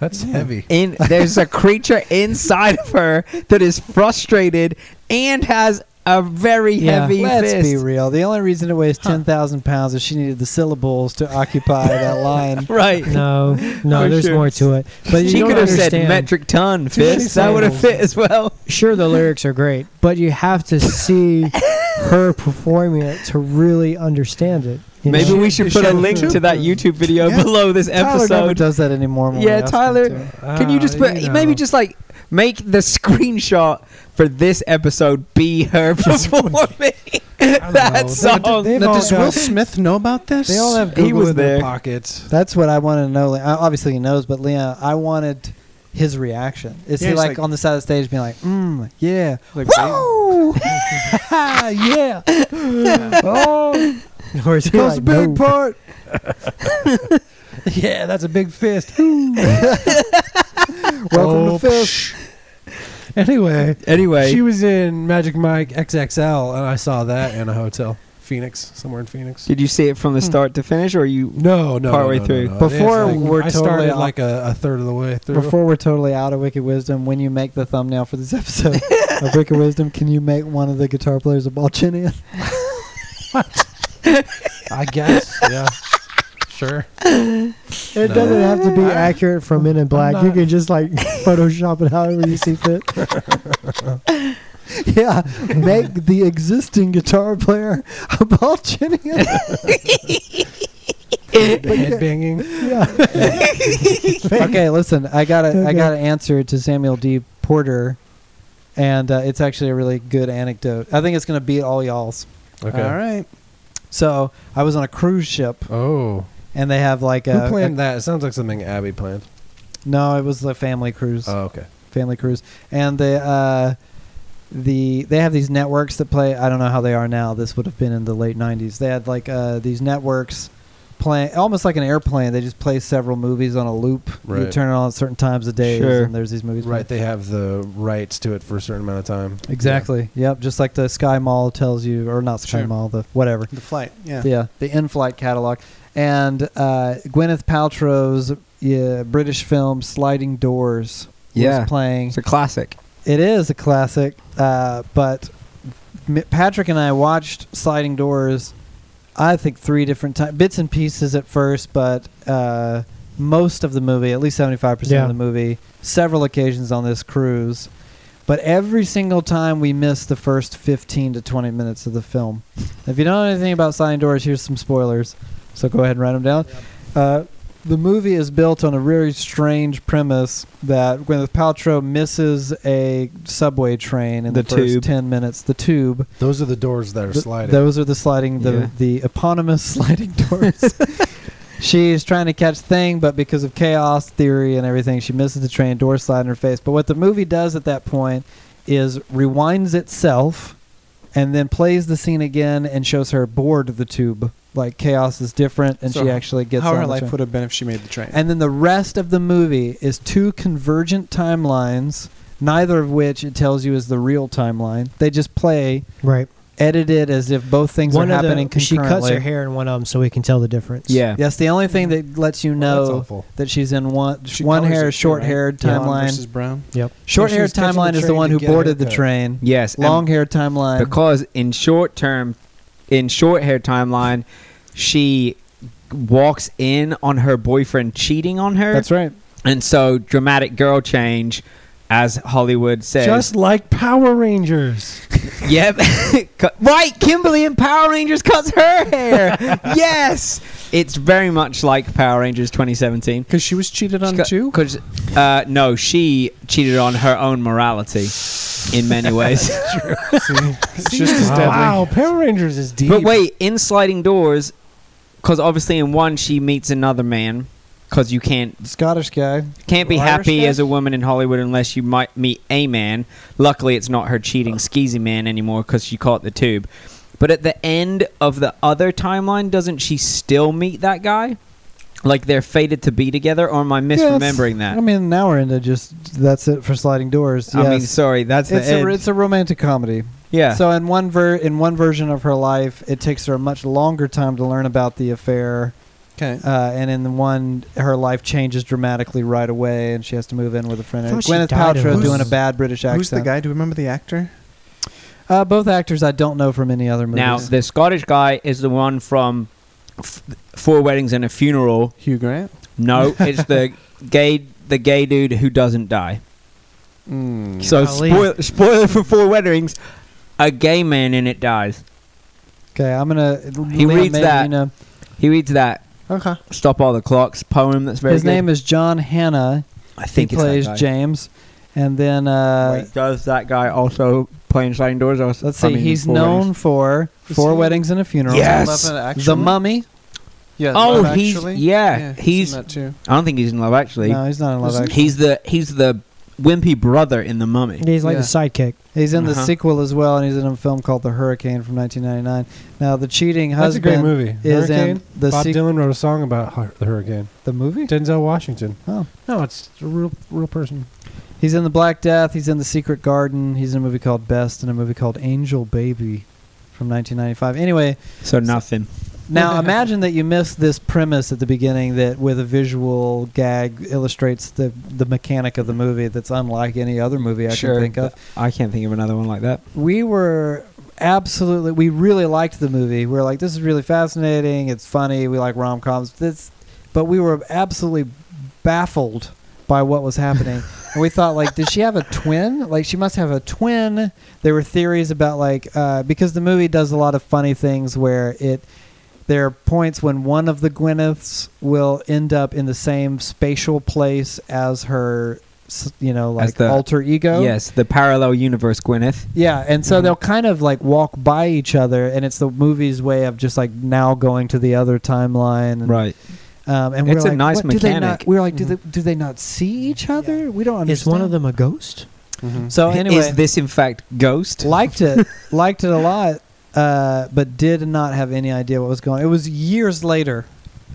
that's heavy. in there's a creature inside of her that is frustrated and has a very heavy let's fist. be real. The only reason it weighs ten thousand pounds is she needed the syllables to occupy that line. Right. No, no, For there's sure. more to it. But you she don't could have understand. said metric ton fist. That would have fit as well. Sure, the lyrics are great, but you have to see her performing it to really understand it. you know? Maybe we should put a link to that YouTube video Yeah. below this Tyler never episode. does that anymore. when we Yeah, ask him Tyler- to. Can Ah, you just put maybe just like make the screenshot for this episode be her performing that song? They've Now, all does got- Will Smith know about this? They all have He Google was in their there. pockets. That's what I want to know. Like, I- obviously he knows, but Leon, I wanted his reaction. Is Yeah, he he's like, like- on the side of the stage being like, mm, yeah, Like, woo, yeah, oh, or is he that's a like, big no. part. Yeah, that's a big fist. Welcome Oh, to Fish. anyway, Anyway, she was in Magic Mike XXL, and I saw that in a hotel, Phoenix, somewhere in Phoenix. did you see it from the start to finish, or you? No, no, Partway no, no, through. no. Before It's like- we're I totally started off- like a, a third of the way through. Before we're totally out of Wicked Wisdom, when you make the thumbnail for this episode of Wicked Wisdom, can you make one of the guitar players a ball chin in? I guess, yeah, sure. It No. doesn't have to be accurate from Men in Black. not- You can just like Photoshop it however you see fit. yeah, make the existing guitar player a ball chin in. The head banging. okay, listen. I got to I Okay. got to answer to Samuel D. porter, and uh, it's actually a really good anecdote. I think it's going to beat all y'all's. Okay. All right. So I was on a cruise ship, Oh, and they have like a, who a- planned that? It sounds like something Abby planned. no, it was the family cruise, Oh, okay. family cruise, and the uh, the they have these networks that play. I don't know how they are now. This would have been in the late '90s. They had like uh, these networks playing almost like an airplane. They just play several movies on a loop. You Right. turn it on at certain times of days, Sure. and there's these movies. playing. Right. They have the rights to it for a certain amount of time. Exactly. Yep. Just like the Sky Mall tells you, or not Sky Sure. Mall, the whatever. The flight. Yeah. Yeah. the in-flight catalog, and uh, Gwyneth Paltrow's yeah, British film *Sliding Doors* Yeah. was playing. It's a classic. It is a classic, uh, but M- Patrick and I watched *Sliding Doors*. I think three different times, bits and pieces at first, but uh, most of the movie, at least seventy-five percent Yeah. of the movie, several occasions on this cruise. But every single time we missed the first 15 to 20 minutes of the film. If you don't know anything about Sliding Doors, here's some spoilers. So go ahead and write them down. Uh, the movie is built on a really strange premise that Gwyneth Paltrow misses a subway train in the, The first tube. 10 minutes, the tube. Those are the doors that are Th- sliding. Those are the sliding, the, Yeah. the eponymous sliding doors. She's trying to catch thing, but because of chaos theory and everything, she misses the train. Doors slide in her face. But what the movie does at that point is rewinds itself, and then plays the scene again and shows her bored of the tube. Like chaos is different, and So she actually gets How on her the life train. would have been if she made the train. And then the rest of the movie is two convergent timelines, neither of which it tells you is the real timeline. They just play Right. edited as if both things one are of happening the, she concurrently. cuts her hair in one of them so we can tell the difference. Yeah. That's the only thing that lets you Well, that's know helpful. that she's in one She one colors it hair, too, short haired right? Blonde timeline. versus brown. Yep. Short haired She's catching timeline the is the train one to who get a boarded the haircut. train. Yes. and Long haired timeline. because in short term in short hair timeline she walks in on her boyfriend cheating on her That's right. and so dramatic girl change as hollywood says Just like Power Rangers. yep Cut- right kimberly in power rangers cuts her hair yes it's very much like power rangers 2017 Because she was cheated on She got- too. Cause, uh, no, she cheated on her own morality in many ways. It's just as deadly. wow, Power Rangers is deep. But wait, in sliding doors, because obviously in one she meets another man, because you can't Scottish guy. can't be Irish happy guy? as a woman in Hollywood unless you might meet a man. Luckily, it's not her Oh. cheating skeezy man anymore because she caught the tube. But at the end of the other timeline, doesn't she still meet that guy? Like they're fated to be together, or am I misremembering I that? mean, now we're into just that's it for sliding doors. I mean, Yes. sorry, that's the it's a end. it's a romantic comedy. yeah. So in one ver in one version of her life, it takes her a much longer time to learn about the affair, Okay. uh, and in the one, her life changes dramatically right away, and she has to move in with a friend. I thought she Gwyneth died of Paltrow it. doing a Who's- bad British accent. Who's the guy? Do you remember the actor? Uh, both actors I don't know from any other movies. now the Scottish guy is the one from f- Four Weddings and a Funeral. Hugh Grant. No, it's the gay the gay dude who doesn't die. Hmm. Mm. So Golly. spoil, spoiler for four weddings, a gay man in it dies. okay, I'm gonna. He Liam, reads maybe that. You know. He reads that okay. "Stop All the Clocks" poem. That's very His good. name is John Hanna. I think he it's that plays guy. James, and then uh, Wait, does that guy also play in Sliding Doors? Also, let's see. I mean, he's Four known Weddings? for Is Four he- Weddings and a Funeral. Yes. The Mummy. Yeah. Oh, Love he's Actually. yeah, in he's. that too. I don't think he's in Love Actually. No, he's not in Love Isn't Actually. he? He's the he's the wimpy brother in the Mummy. He's like Yeah. the sidekick. He's in the Uh-huh. sequel as well, and he's in a film called The Hurricane from 1999. Now, the cheating That's a husband great movie. is Hurricane. in the Bob sequel. Dylan wrote a song about hu- the hurricane. the movie. Denzel Washington. Oh, No, it's a real real person. he's in the Black Death. He's in the Secret Garden. He's in a movie called Best and a movie called Angel Baby from 1995. Anyway, So nothing. now imagine that you missed this premise at the beginning that with a visual gag illustrates the the mechanic of the movie that's unlike any other movie I Sure. can think of. I can't think of another one like that. we were absolutely we really liked the movie. We were like, this is really fascinating. It's funny. We like rom coms. This, but we were absolutely baffled by what was happening, and we thought like, did she have a twin? Like she must have a twin. There were theories about like uh, because the movie does a lot of funny things where it. There are points when one of the Gwyneths will end up in the same spatial place as her s- you know, like the- alter ego. Yes, the parallel universe, Gwyneth. Yeah, and so Mhm. they'll kind of like walk by each other, and it's the movie's way of just like now going to the other timeline. And, Right. Um, and we're It's a like, nice what, do they not- mechanic. Mm-hmm. we're like, do, Mhm. they, do they not see each other? We don't understand. Is one of them a ghost? Mm-hmm. So anyway, is this in fact Ghost? liked it, liked it a lot, uh, but did not have any idea what was going. on. It was years later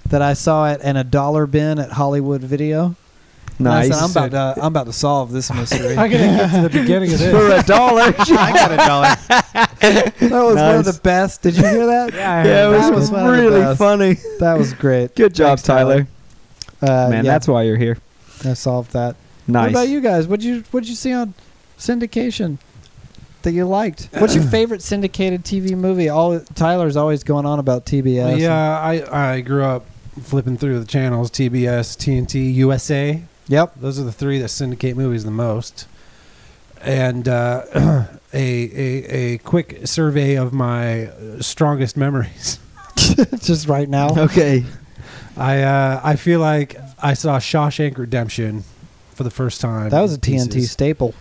that I saw it in a dollar bin at Hollywood Video. And I nice. said, I'm about to, I'm about to solve this mystery. I gotta get to the beginning of this. for a dollar. I got a dollar. that was one of Nice. the best. Did you hear that? Yeah, yeah, That it was, was one of the really best. funny. That was great. Good job, Thanks, Tyler. Tyler. Uh, Man, yeah, that's why you're here. I solved that. Nice. What about you guys? What you what you see on syndication that you liked? What's your favorite syndicated TV movie? All Tyler's always going on about TBS. Yeah, I, I grew up flipping through the channels TBS, TNT, USA. Yep. Those are the three that syndicate movies the most. And uh, a, a a quick survey of my strongest memories. Just right now. Okay. I uh, I feel like I saw Shawshank Redemption for the first time. That was a in TNT pieces. staple.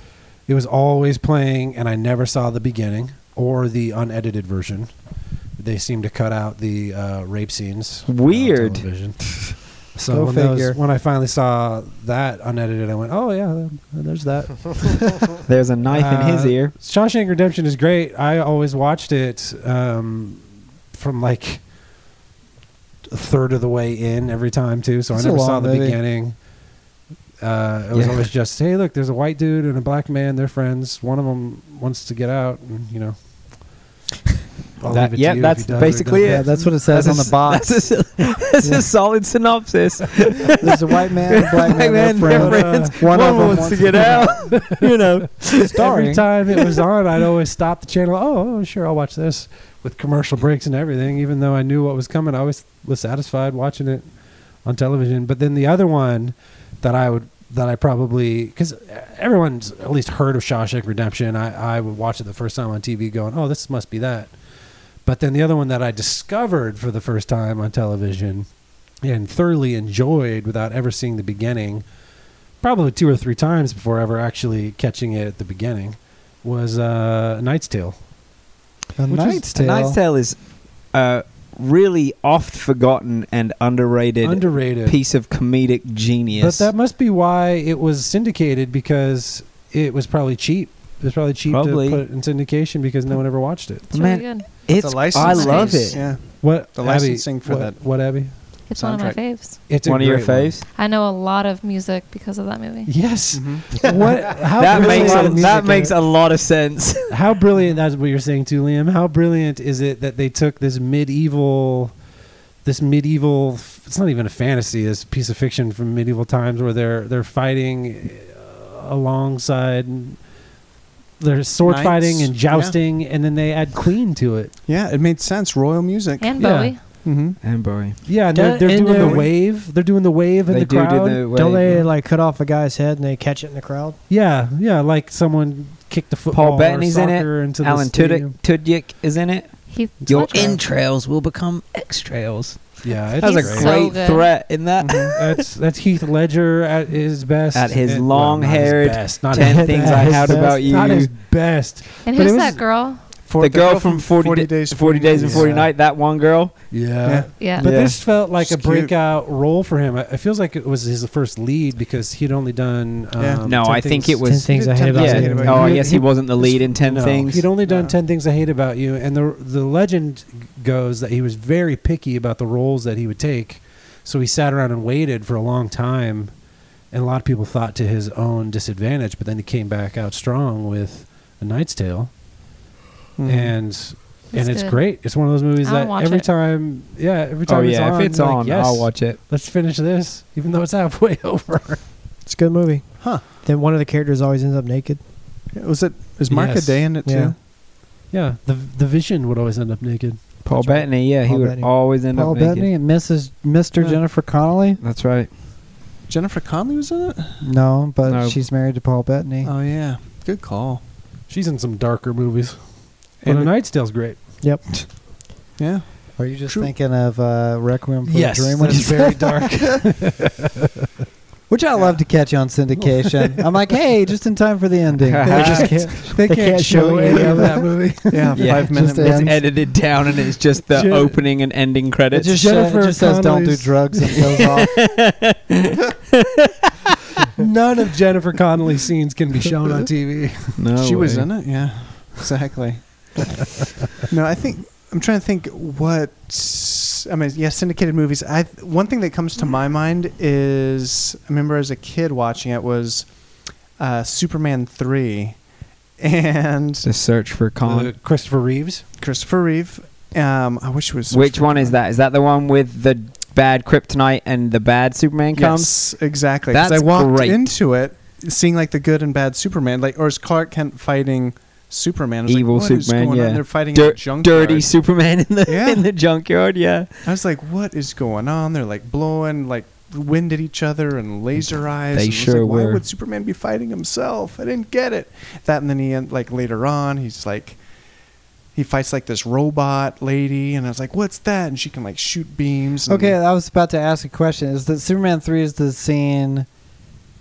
It was always playing, and I never saw the beginning or the unedited version. They seem to cut out the uh, rape scenes. on Weird. television. Go So when, those- figure. when I finally saw that unedited, I went, "Oh yeah, there's that." There's a knife in his Uh, ear. Shawshank Redemption is great. I always watched it um, from like a third of the way in every time too, so It's a I never saw long the movie. beginning. Uh, it was Yeah. always just, hey, look, there's a white dude and a black man. They're friends. One of them wants to get out, and you know. I'll That- leave it to yeah, you if that's he does or he basically doesn't. Yeah, that's what it says on That's a the s- box. That's a, that's Yeah. a solid synopsis. There's a white man, a black man, and a they're friend. Uh, friends. One One, of 'em wants to get out. you know. Starring. Every time it was on, I'd always stop the channel. Oh, oh, sure, I'll watch this with commercial breaks and everything. Even though I knew what was coming, I always was satisfied watching it on television. But then the other one that I would that I probably because everyone's at least heard of Shawshank Redemption. I I would watch it the first time on TV, going, oh, this must be that. But then the other one that I discovered for the first time on television and thoroughly enjoyed without ever seeing the beginning, probably two or three times before ever actually catching it at the beginning, was uh, Knight's Tale. A Which is- Knight's A Tale. Knight's Tale is a really oft forgotten and underrated Underrated. piece of comedic genius. But that must be why it was syndicated because it was probably cheap. It was probably cheap Probably. to put in syndication because no one ever watched it. It's Man, really good. it's I love it. Yeah. What The Abby, licensing for what- that. What Abby? It's one of my soundtrack. faves. It's a One of your great faves. I know a lot of music because of that movie. Yes. Mm-hmm. what? How That brilliant- There's makes a lot a, of music that in makes it. a lot of sense. How brilliant that's what you're saying too, Liam. How brilliant is it that they took this medieval, this medieval? f- It's not even a fantasy. This piece of fiction from medieval times where they're they're fighting uh, alongside. There's sword Knights, fighting and yeah. jousting, and then they add Queen to it. Yeah, it made sense. Royal music. And Yeah. Bowie. Mm-hmm. And boy, Yeah, and they're, Don't- they're and doing the they're- wave. They're doing the wave in they the do crowd. do the way. Don't they like cut off a guy's head and they catch it in the crowd? yeah, yeah, like someone kicked the football. or Bettany's in it, soccer Into the Alan stadium. Tudyk, Tudyk is in it. He Your Fletcher. entrails will become extrails. Yeah, That was a He's great. so great good. threat in that. that's that's Heath Ledger at his best. Mm-hmm. At his And- well, long-haired not his best, not Ten his things best, I had not about his- Not you. his best. And But who's it was- that girl? For the girl from 40, Da- Days, 40 Days and Nights. 40 Yeah. Night, that one girl. Yeah. Yeah. Yeah. But Yeah. this felt like She's a cute. breakout role for him. It it feels like it was his first lead because he'd only done. Um, Yeah. No, 10 I think Things- it was. Ten things I hate about Yeah. Ten Things I Hate About Oh, You. I guess he wasn't the lead in 10 No, things. He'd only done No. ten things I hate about you, and the the legend goes that he was very picky about the roles that he would take, so he sat around and waited for a long time, and a lot of people thought to his own disadvantage. But then he came back out strong with A Knight's Tale, Mm-hmm. and and it's good. great. It's one of those movies I'll that watch every it. time, yeah, every time. oh, yeah. it's on, if it's like, on, yes, I'll watch it. Let's finish this, even though it's halfway over. It's a good movie. Huh. Then one of the characters always ends up naked. Yeah, was it? Is Mark Yes. a day in it Yeah. too? yeah, the the Vision would always end up naked. Paul That's right. Bettany, yeah. he Paul would Bettany. always end Paul up naked. Bettany and Mrs. Mr. Yeah. Jennifer Connelly. That's right. Jennifer Connelly was in it. No, but No. she's married to Paul Bettany. Mm-hmm. Oh yeah, good call. She's in some darker movies. And And A it- Knight's Tale's great. Yep. Yeah, Are you just True. thinking of uh, Requiem for a Dream? that's very dark. Which I love to catch on syndication. I'm like, hey, just in time for the ending. They just can't, They can't show any of that movie. Yeah, Yeah, five just minutes. a- minute. It's edited down and it's just the Ju- opening and ending It credits. just, says- it Jennifer just says don't do Connelly's- drugs and goes off. None of Jennifer Connelly's scenes can be shown on TV. no she was way. in it. Yeah, exactly. no, I think I'm trying to think what I mean. Yeah, syndicated movies. I one thing that comes to my mind is I remember as a kid watching it was uh, Superman three, and The search for Uh, Khan. Christopher Reeves. Christopher Reeve. Um, I wish it was Which one is that? Is that the one with the bad kryptonite and the bad Superman comes? Yes, exactly. 'Cause That's I walked great. into it seeing like the good and bad Superman, like or is Clark Kent fighting Superman? I was Evil like, what is Superman, going yeah. On? They're fighting in Dir- a junkyard. dirty Superman in the Yeah. in the junkyard. Yeah. I was like, what is going on? They're like blowing like wind at each other and laser eyes. They and I was sure like, were. Why would Superman be fighting himself? I didn't get it. That and then he end, like later on, he's like. He fights like this robot lady, and I was like, "What's that?" And she can like shoot beams. And Okay, I was about to ask a question. Is that Superman three is the scene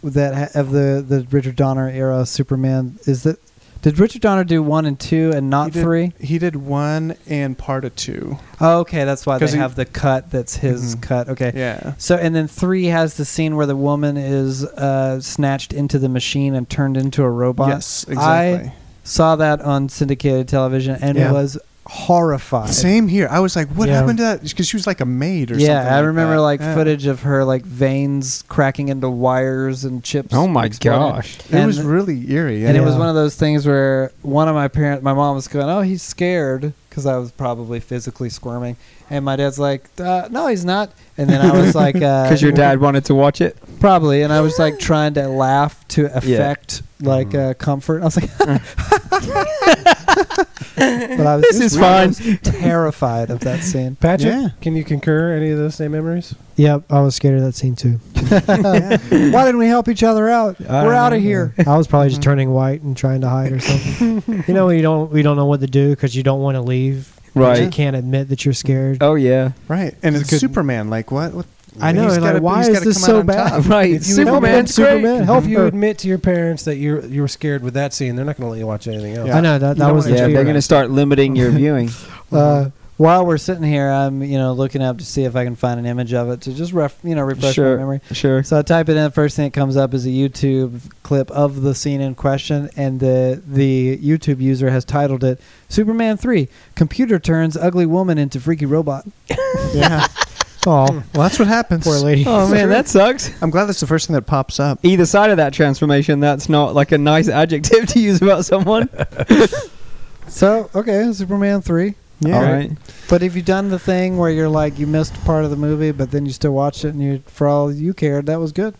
that ha- of the the Richard Donner era Superman? Is that did Richard Donner do one and two and he not did- three? He did one and part of two. Oh, okay, that's why they 'Cause he- have the cut that's his Mhm. cut. Okay, Yeah. so and then three has the scene where the woman is uh, snatched into the machine and turned into a robot. Yes, exactly. Saw that on syndicated television and Yeah. was horrified. Same here. I was like, "What Yeah. happened to that?" Because she was like a maid or something. Yeah, I like remember that. like Yeah. footage of her like veins cracking into wires and chips. Oh my exploding. gosh. It was and- really eerie. Yeah. And it was Yeah. one of those things where one of my parents, my mom was going, "Oh, he's scared," because I was probably physically squirming, and my dad's like, uh, "No, he's not." And then I was like, Uh, uh, Because your dad wanted to watch it. probably," and I was like trying to laugh to affect like Mhm. Mm-hmm. uh, comfort. I was like, "But I was Mm. This just is fine. terrified of that scene." Patrick, Yeah. can you concur any of those same memories? Yep, I was scared of that scene too. Yeah. Why didn't we help each other out? I We're don't out of know. here. I was probably just Mhm. turning white and trying to hide or something. you know, when you don't we don't know what to do because you don't want to leave. but You Right. can't admit that you're scared. Oh yeah. Right. And It's a it's good- Superman. Like what? what? I know. He's and, gotta- like, why he's is gotta this come so out on bad? top. Right. If you would Superman's admit- great. Superman, Help help you you. admit to your parents that you're you were scared with that scene. They're not going to let you watch anything else. Yeah. I know that You that don't was wanna the Yeah, fear. they're gonna start limiting your viewing. Uh, while we're sitting here, I'm you know looking up to see if I can find an image of it to just ref you know refresh Sure. my memory. Sure. So I type it in. The first thing that comes up is a YouTube clip of the scene in question, and the the YouTube user has titled it "Superman 3: Computer Turns Ugly Woman into Freaky Robot." Yeah. Hmm. Oh, Well, that's what happens. poor lady. Oh man, that sucks. I'm glad that's the first thing that pops up. Either side of that transformation, that's not like a nice adjective to use about someone. So okay, Superman 3. Yeah. All right. But if you've done the thing where you're like you missed part of the movie, but then you still watched it, and you for all you cared, that was good.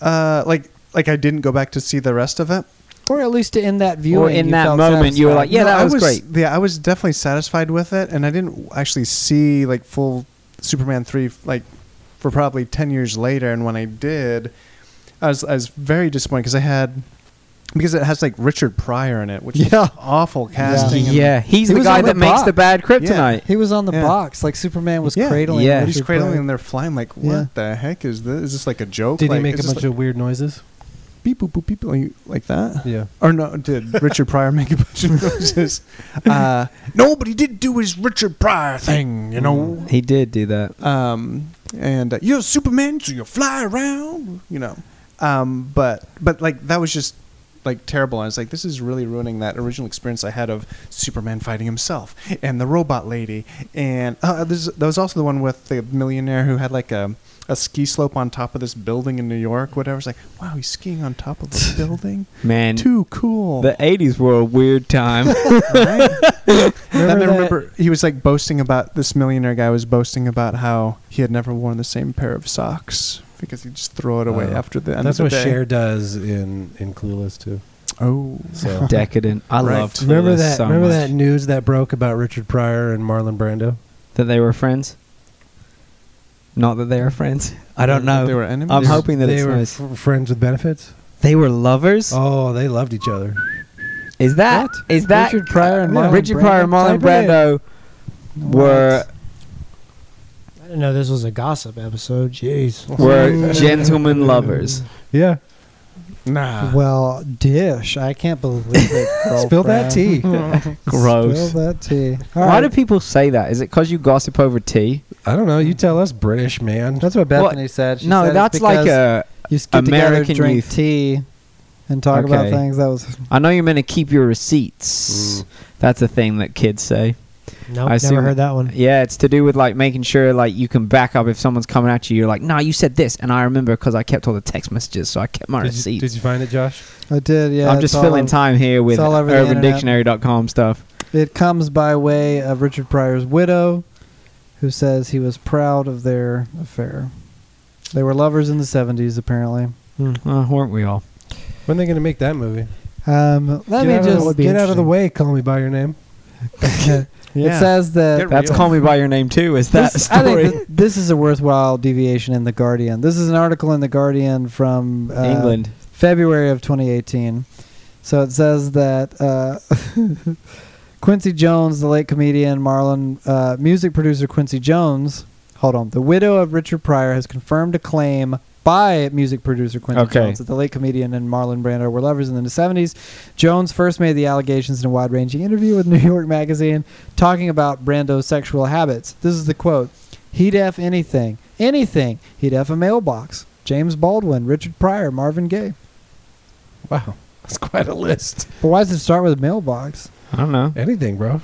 Uh, like like I didn't go back to see the rest of it. Or at least in that view, Or in that moment, you were like, "Yeah, No, that I was great." Yeah, I was definitely satisfied with it, and I didn't actually see like full Superman three like for probably ten years later. And when I did, I was I was very disappointed because I had because it has like Richard Pryor in it, which is Yeah. awful casting. and- Yeah, he's He the was guy on that the makes box. the bad kryptonite. He was on the Yeah. box, like Superman was Yeah. cradling. Yeah. He's Richard cradling Pryor. and they're flying like, what Yeah. the heck is this? Is this like a joke? Did like, he make a is this bunch of weird noises? like, beep boop boop beep like, like that? Yeah. Or no? Did Richard Pryor make a bunch of noises? Uh, no, but he did do his Richard Pryor thing, you know. He did do that. Um, and uh, you're Superman, so you fly around, you know. Um, but but like that was just like terrible. I was like, this is really ruining that original experience I had of Superman fighting himself and the robot lady, and uh, there's, there was also the one with the millionaire who had like a a ski slope on top of this building in New York, whatever. It's like, wow, he's skiing on top of a building. Man, Too cool. the '80s were a weird time. right? Remember then that- I remember he was like boasting about this millionaire guy was boasting about how he had never worn the same pair of socks because he just throw it away Oh. after the end That's of what the day. Cher does in in Clueless too. Oh, So Decadent. I Right. loved. remember Clueless that so remember much. that news that broke about Richard Pryor and Marlon Brando? that they were friends. Not that they are friends. I don't know. They were enemies. I'm hoping that they it's were nice. f- friends with benefits. They were lovers. Oh, they loved each other. Is that is that Richard Pryor and Marlon Richard Pryor and Brando? Marlon Brando were What? No, this was a gossip episode. Jeez. We're gentlemen lovers. Yeah. Nah. Well, dish. I can't believe it. Spill that girlfriend. tea. Gross. Spill that tea. All right. Why do people say that? Is it because you gossip over tea? I don't know. You tell us, British man. That's what Well, Bethany said. She no, said it's that's like because a. you just get American together, drink youth. tea, and talk about Okay. things. That was I know you're meant to keep your Mm. Mm. receipts. That's a thing that kids say. No, I nope, assume- never heard that one. Yeah, it's to do with like making sure like you can back up if someone's coming at you. You're like, nah, you said this, and I remember because I kept all the text messages, so I kept my Did you, receipts. did you find it, Josh? I did. Yeah, I'm it's just all filling of- time here with all over the internet. UrbanDictionary.com stuff. It comes by way of Richard Pryor's widow, who says he was proud of their affair. They were lovers in the 70s, apparently. Mm. Uh, weren't we all? When are they going to make that movie? Um, let get me out of just. the, get out of the way. Call me by your name. It says that. Get That's real. Call Me by Your Name too. Is that This- I story? think th- this is a worthwhile deviation in the Guardian. This is an article in the Guardian from uh, England. February of 2018. So it says that uh, Quincy Jones, the late comedian, Marlon, uh, music producer Quincy Jones, hold on, the widow of Richard Pryor has confirmed a claim by music producer Quincy Okay. Jones that the late comedian and Marlon Brando were lovers in the 70s. Jones first made the allegations in a wide ranging interview with New York Magazine talking about Brando's sexual habits. This is the quote He'd F anything, anything. He'd F a mailbox. James Baldwin, Richard Pryor, Marvin Gaye. Wow, that's quite a list. But why does it start with a mailbox? I don't know. Anything, bro.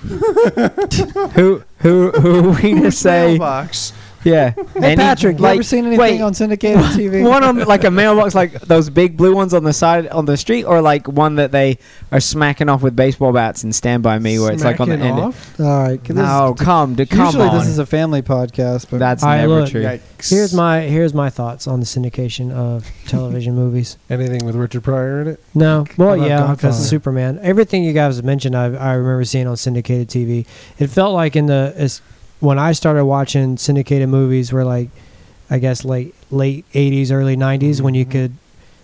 who who who are we to say? Mailbox. Yeah. Hey, Any- Patrick, you like, ever seen anything wait. on syndicated TV? one on like a mailbox, like those big blue ones on the side on the street, or like one that they are smacking off with baseball bats and Stand By Me, where it's like on the Smacking end. of- off? All right. 'cause this- No, come to come usually on. this is a family podcast, but That's All right, never look. true. Yikes. Here's my here's my thoughts on the syndication of television movies. Anything with Richard Pryor in it? No, How well, about yeah, Godfather? because Superman. Everything you guys have mentioned, I, I remember seeing on syndicated TV. It felt like in the it's, when I started watching syndicated movies, were like, I guess late late eighties, early 90s when you Mhm. could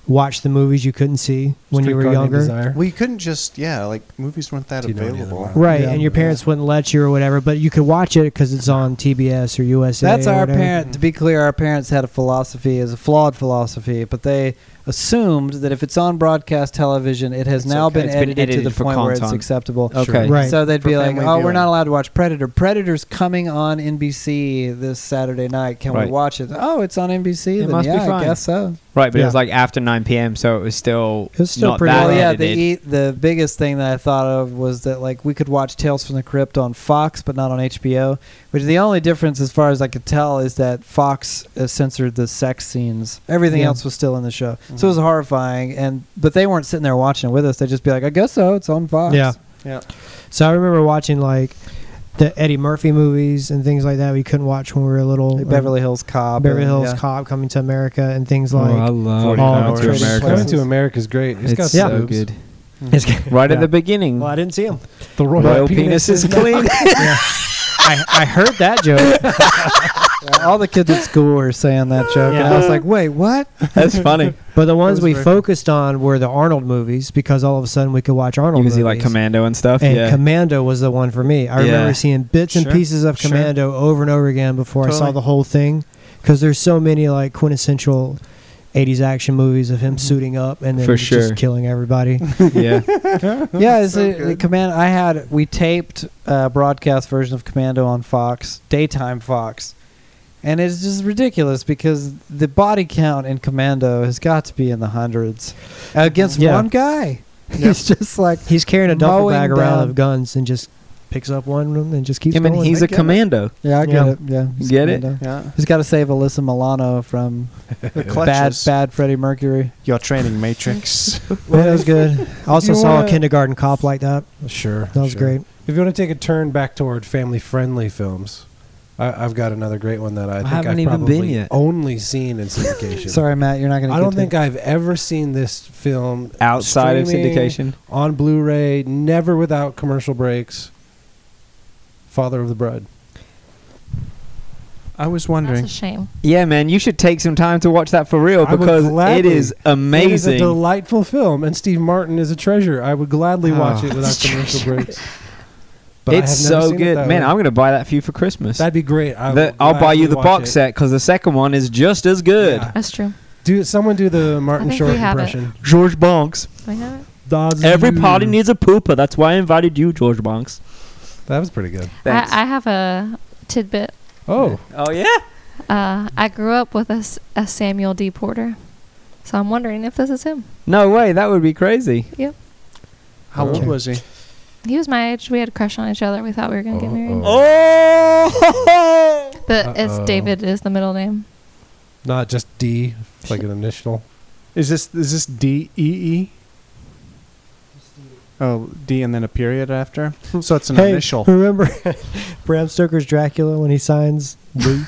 watch the movies you couldn't see when you Streetcar were Named younger, Desire. Well, you couldn't just yeah, like movies weren't that Do you know any available. other one? right? Yeah. and your parents wouldn't let you or whatever, but you could watch it because it's on TBS or USA. that's or our whatever. parent. To be clear, our parents had a philosophy, is a flawed philosophy, but they assumed that if it's on broadcast television, it has It's now okay. been, It's been edited to edited the for point where it's content. acceptable. Okay. Right. So they'd For be like, family "Oh, we're viewing. not allowed to watch Predator. Predator's coming on NBC this Saturday night. Can Right. we watch it? Oh, it's on NBC. It then must be yeah, I fine." guess so. Right, but it was Yeah. like after 9 p.m., so it was still, It was still not pretty that Well, yeah, the edited. e- the biggest thing that I thought of was that like we could watch Tales from the Crypt on Fox, but not on HBO. Which the only difference, as far as I could tell, is that Fox uh, censored the sex scenes. Everything Yeah. Mm-hmm. else was still in the show, so it was horrifying. And but they weren't sitting there watching it with us. They'd just be like, "I guess so. It's on Fox." Yeah. Yeah. So I remember watching like the Eddie Murphy movies and things like that we couldn't watch when we were little. Like um, Beverly Hills Cop. Beverly and- Hills yeah. Cop coming to America and things like. oh, I love 40 Coming Hours. to Coming Places. America. to America's great. It's, got so soaps. good. It's- Right at Yeah. the beginning, well, I didn't see him. The royal, royal penis is clean. I, I heard that joke. Yeah, all the kids at school were saying that joke, and I Yeah. was like, "Wait, what?" That's funny. But the ones was we very- focused on were the Arnold movies because all of a sudden we could watch Arnold You can movies. see like Commando and stuff. and yeah. Commando was the one for me. I Yeah. remember seeing bits and Sure. pieces of Sure. Commando over and over again before I saw Totally. the whole thing because there's so many like quintessential 80s action movies of him suiting up and then For sure. just killing everybody. yeah. yeah, it's a, good. command. I had we taped a broadcast version of Commando on Fox, daytime Fox, and it's just ridiculous because the body count in Commando has got to be in the hundreds against Yeah. one guy. He's just like He's carrying a duffel Mowing bag around down- of guns and just picks up one and just keeps I mean, going. he's I a get it. commando. yeah, I get Yeah. it. Yeah, it's Get it? Commando. Yeah. He's got to save Alyssa Milano from The bad, clutches. bad Freddie Mercury. Your training matrix. Yeah, that was good. I also You saw wanna- a kindergarten cop like that. Sure. That was sure. great. If you want to take a turn back toward family-friendly films, I, I've got another great one that I, think haven't I've even been probably yet. only seen in syndication. Sorry, Matt, you're not going to. I don't think I've ever seen this film Outside of streaming, syndication. on Blu-ray, never without commercial breaks. Father of the Bride. I was That's wondering. a shame. Yeah, man, you should take some time to watch that for real I would because it gladly- is It is a amazing. delightful film, and Steve Martin is a treasure. I would gladly watch Ah. it without commercial breaks. But I it's have never so seen it good, that man. way. I'm gonna buy that for you for Christmas. That'd be great. I The- will I'll buy gladly you the watch box it. set because the second one is just as good. Yeah. That's true. Do someone do the Martin I think Short we have it. impression? George Bonks. Do I have it? Dodds Every you. party needs a pooper. That's why I invited you, George Bonks. That was pretty good. Thanks. I, I have a tidbit. Oh, oh yeah. Uh, I grew up with a, S- a Samuel D. Porter, so I'm wondering if this is him. No way. That would be crazy. How old Okay. was he? He was my age. We had a crush on each other. We thought we were gonna get married. Uh-oh. Oh. But it's Uh-oh. David is the middle name. not just D, it's like an initial. Is this is this D E E? Oh, D and then a period after. So it's an Hey. initial. Remember Bram Stoker's Dracula when he signs D?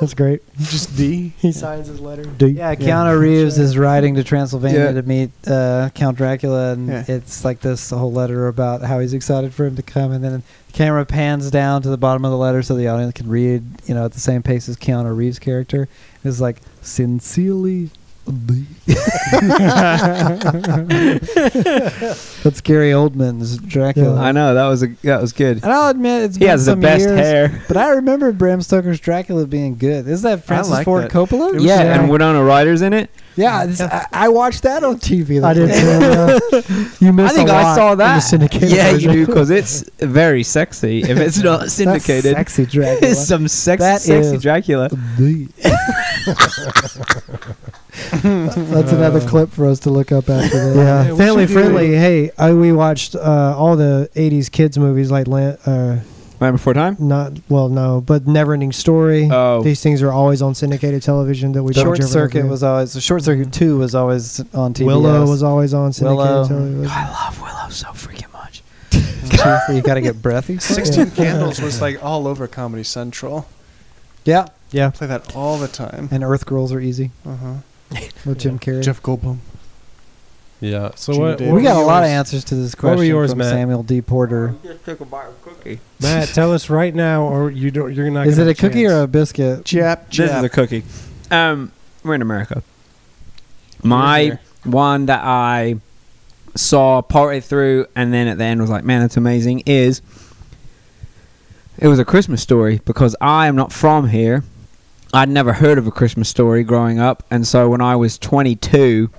That's great. Just D. He signs his letter D. Yeah, Keanu Reeves is riding to Transylvania Yeah. to meet uh, Count Dracula, and Yeah. it's like this whole letter about how he's excited for him to come, and then the camera pans down to the bottom of the letter so the audience can read, you know, at the same pace as Keanu Reeves' character. It's like sincerely. B." That's Gary Oldman's Dracula. Yeah. I know that was a that was good. And I'll admit it's He been has the some best years, hair. but I remember Bram Stoker's Dracula being good. Is that Francis like Ford that. Coppola? It was Yeah, Yeah. and Winona Ryder's in it. Yeah, it's, I, I watched that on TV. I did too. yeah. You I missed think a I lot saw in the that. syndicated yeah, version. you do because it's very sexy. If it's not syndicated, sexy Dracula. it's some sexy, That sexy is- Dracula. That's another clip for us to look up after that. Yeah, Yeah, we family should do- friendly. Hey, I, we watched uh, all the '80s kids movies like Lan- uh, Man Before Time. not well, no, but Neverending Story. Oh. These things are always on syndicated television that we don't Short ever Circuit do. was always Short Circuit Two was always on TV. Willow was always on syndicated Willow. television. I love Willow so freaking much. you got to get breathy. Sixteen Candles was like all over Comedy Central. Yeah, yeah. Play that all the time. And Earth Girls are easy Uh-huh. with Jim Carrey. Jeff Goldblum. Yeah. So Gina what? Davis. we what- got were a lot of yours? answers to this What were question yours, from Matt? Samuel D. Porter. Just took a bite of cookie. Matt, tell us right now, or you don't. You're not. Is it gonna a cookie chance. or a biscuit? Jap. This is a Jap. cookie. Um, we're in America. My We're here. one that I saw partway through and then at the end was like, man, that's amazing, is it was a Christmas story because I am not from here. I'd never heard of a Christmas story growing up. And so when I was 22,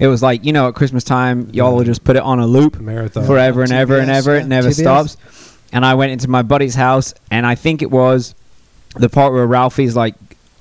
it was like, you know, at Christmas time, y'all will just put it on a loop marathon? forever and ever and TBS, ever. yeah. It never TBS. stops. And I went into my buddy's house, and I think it was the part where Ralphie's like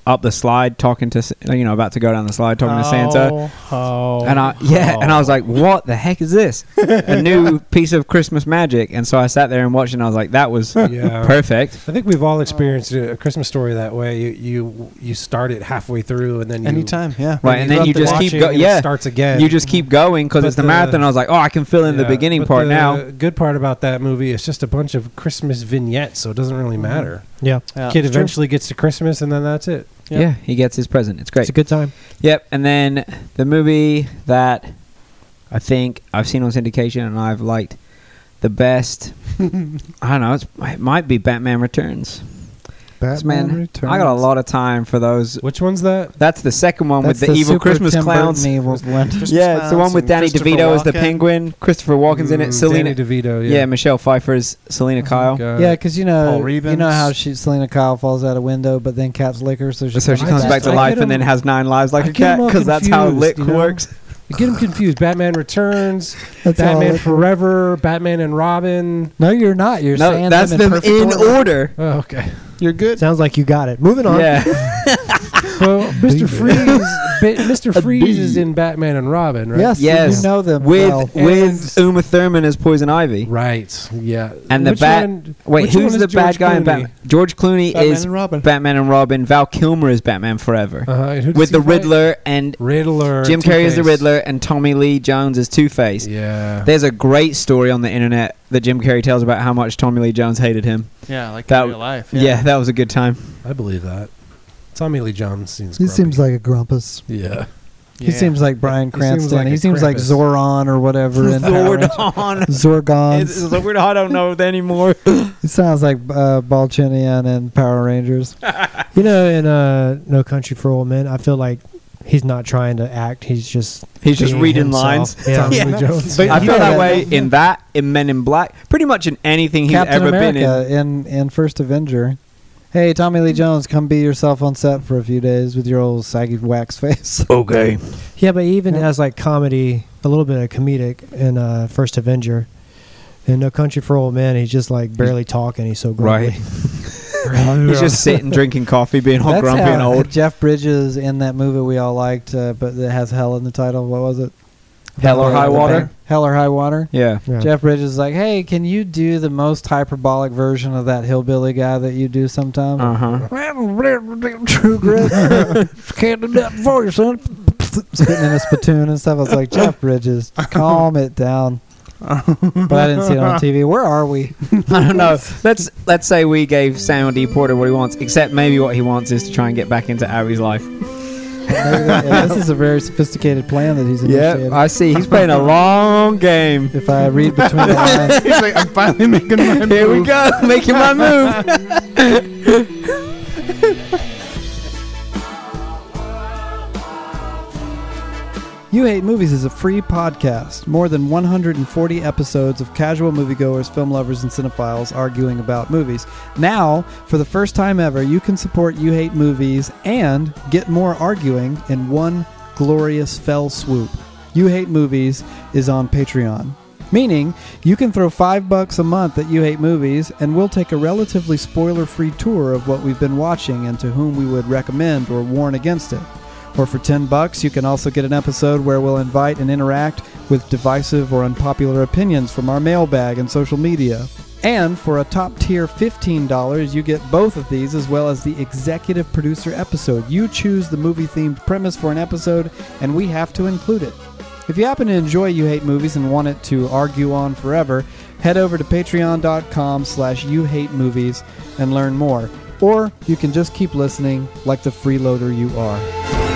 up the slide talking to, S- you know, about to go down the slide talking to Santa. Oh, And I yeah, and I was like, "What the heck is this? A new piece of Christmas magic?" And so I sat there and watched, and I was like, "That was yeah. perfect." I think we've all Oh. experienced a a Christmas story that way. You you you start it halfway through, and then you, Anytime, yeah. Right, and then you just keep watching go- and it yeah. starts again. You just keep going because But it's the, the- marathon. I was like, "Oh, I can fill in the Yeah, beginning but part the now." Good part about that movie is just a bunch of Christmas vignettes, so it doesn't really Mm-hmm. matter. Yeah, Yeah. Kid eventually gets to Christmas, and then that's it. Yeah. Yeah, he gets his present. It's great. it's a good time. Yep, and then the movie that I think I've seen on syndication and I've liked the best. I don't know. It's, it might be Batman Returns. This man- I got a lot of time for those. Which onene's that? That's the second one with the, evil super Christmas Tim clowns. Burton evil one. Christmas yeah, it's the one clowns with and Danny Christopher DeVito as the Walken. penguin. Christopher Walken's in it. Mm, Selena. Danny DeVito. yeah. Yeah, Oh Michelle Pfeiffer is Selena Kyle. God. Yeah, because you know, Paul you know Reubens. how she Selena Kyle falls out a window, but then cats lick her, so she, So she I comes just- back to I life get and then them- has nine lives like I a get cat them all because that's how confused, lick you know? works. You get them confused. Batman Returns, That's all Batman it- Forever, Batman and Robin. No, you're not. You're No, saying that's them them in, perfect in order. order. Oh, okay. You're good. Sounds like you got it. Moving on. Yeah, Well, Mr. Freeze, Ba- Mr. Freeze is in Batman and Robin, right? Yes, Yes. you know them with well. with Uma Thurman as Poison Ivy. Right. Yeah. And the Which bat- one- Wait, which who's one the is bad George guy in Clooney? Batman? George Clooney Batman is and Robin. Batman and Robin. Val Kilmer is Batman Forever. Uh-huh, and who does With he the fight? Riddler and Riddler. Jim Carrey is the Two-Face. Riddler and Tommy Lee Jones is Two Face. Yeah. There's a great story on the internet that Jim Carrey tells about how much Tommy Lee Jones hated him. Yeah, like That in w- real life. Yeah, that was a good time. I believe that. Tommy Lee Jones seems. He grumpy. seems like a grumpus. Yeah. He seems like Brian He seems Cranston. like a he seems like Krampus. Zoran or whatever. in Power Rangers. Zordon. It's Zorgons. Zordon. I don't know anymore. It sounds like uh, Balchinian and Power Rangers. You know, in uh, No Country for Old Men, I feel like he's not trying to act. He's just He's just being reading himself. lines. Yeah. Tommy Yeah. Lee Jones. But I he feel did that way in that, in Men in Black, pretty much in anything he's Captain ever America in. in First Avenger. Hey, Tommy Lee Jones, come be yourself on set for a few days with your old saggy wax face. been in. Okay. Yeah, but he even Yeah. has like comedy, a little bit of comedic in uh, First Avenger. In No Country for Old Men, he's just like barely talking. He's so grumpy. Right. He's just sitting, drinking coffee, being all That's grumpy how and old. Jeff Bridges in that movie we all liked, uh, but that has hell in the title. What was it? Hell or The- High the Water? bear- Hell or high water. Yeah. Yeah. Jeff Bridges is like, hey, can you do the most hyperbolic version of that hillbilly guy that you do sometimes? Uh Uh-huh. huh. True grit. Can't do nothing for you, son. Spitting in a spittoon and stuff. I was like, Jeff Bridges, calm it down. but I didn't see it on TV. Where are we? I don't know. Let's let's say we gave Samuel D. Porter what he wants, except maybe what he wants is to try and get back into Abby's life. Maybe that- yeah, this is a very sophisticated plan that he's initiated. I see. He's playing a long game. if I read between the lines. He's like, I'm finally making my move. Here we go, making my move. You Hate Movies is a free podcast. More than 140 episodes of casual moviegoers, film lovers, and cinephiles arguing about movies. Now, for the first time ever, you can support You Hate Movies and get more arguing in one glorious fell swoop. You Hate Movies is on Patreon. Meaning, you can throw five bucks a month at You Hate Movies, and we'll take a relatively spoiler free tour of what we've been watching and to whom we would recommend or warn against it. Or for 10 bucks, you can also get an episode where we'll invite and interact with divisive or unpopular opinions from our mailbag and social media. And for a top tier $15, you get both of these as well as the executive producer episode. You choose the movie themed premise for an episode, and we have to include it. If you happen to enjoy You Hate Movies and want it to argue on forever, head over to patreon.com slash you hate movies and learn more. Or you can just keep listening like the freeloader you are.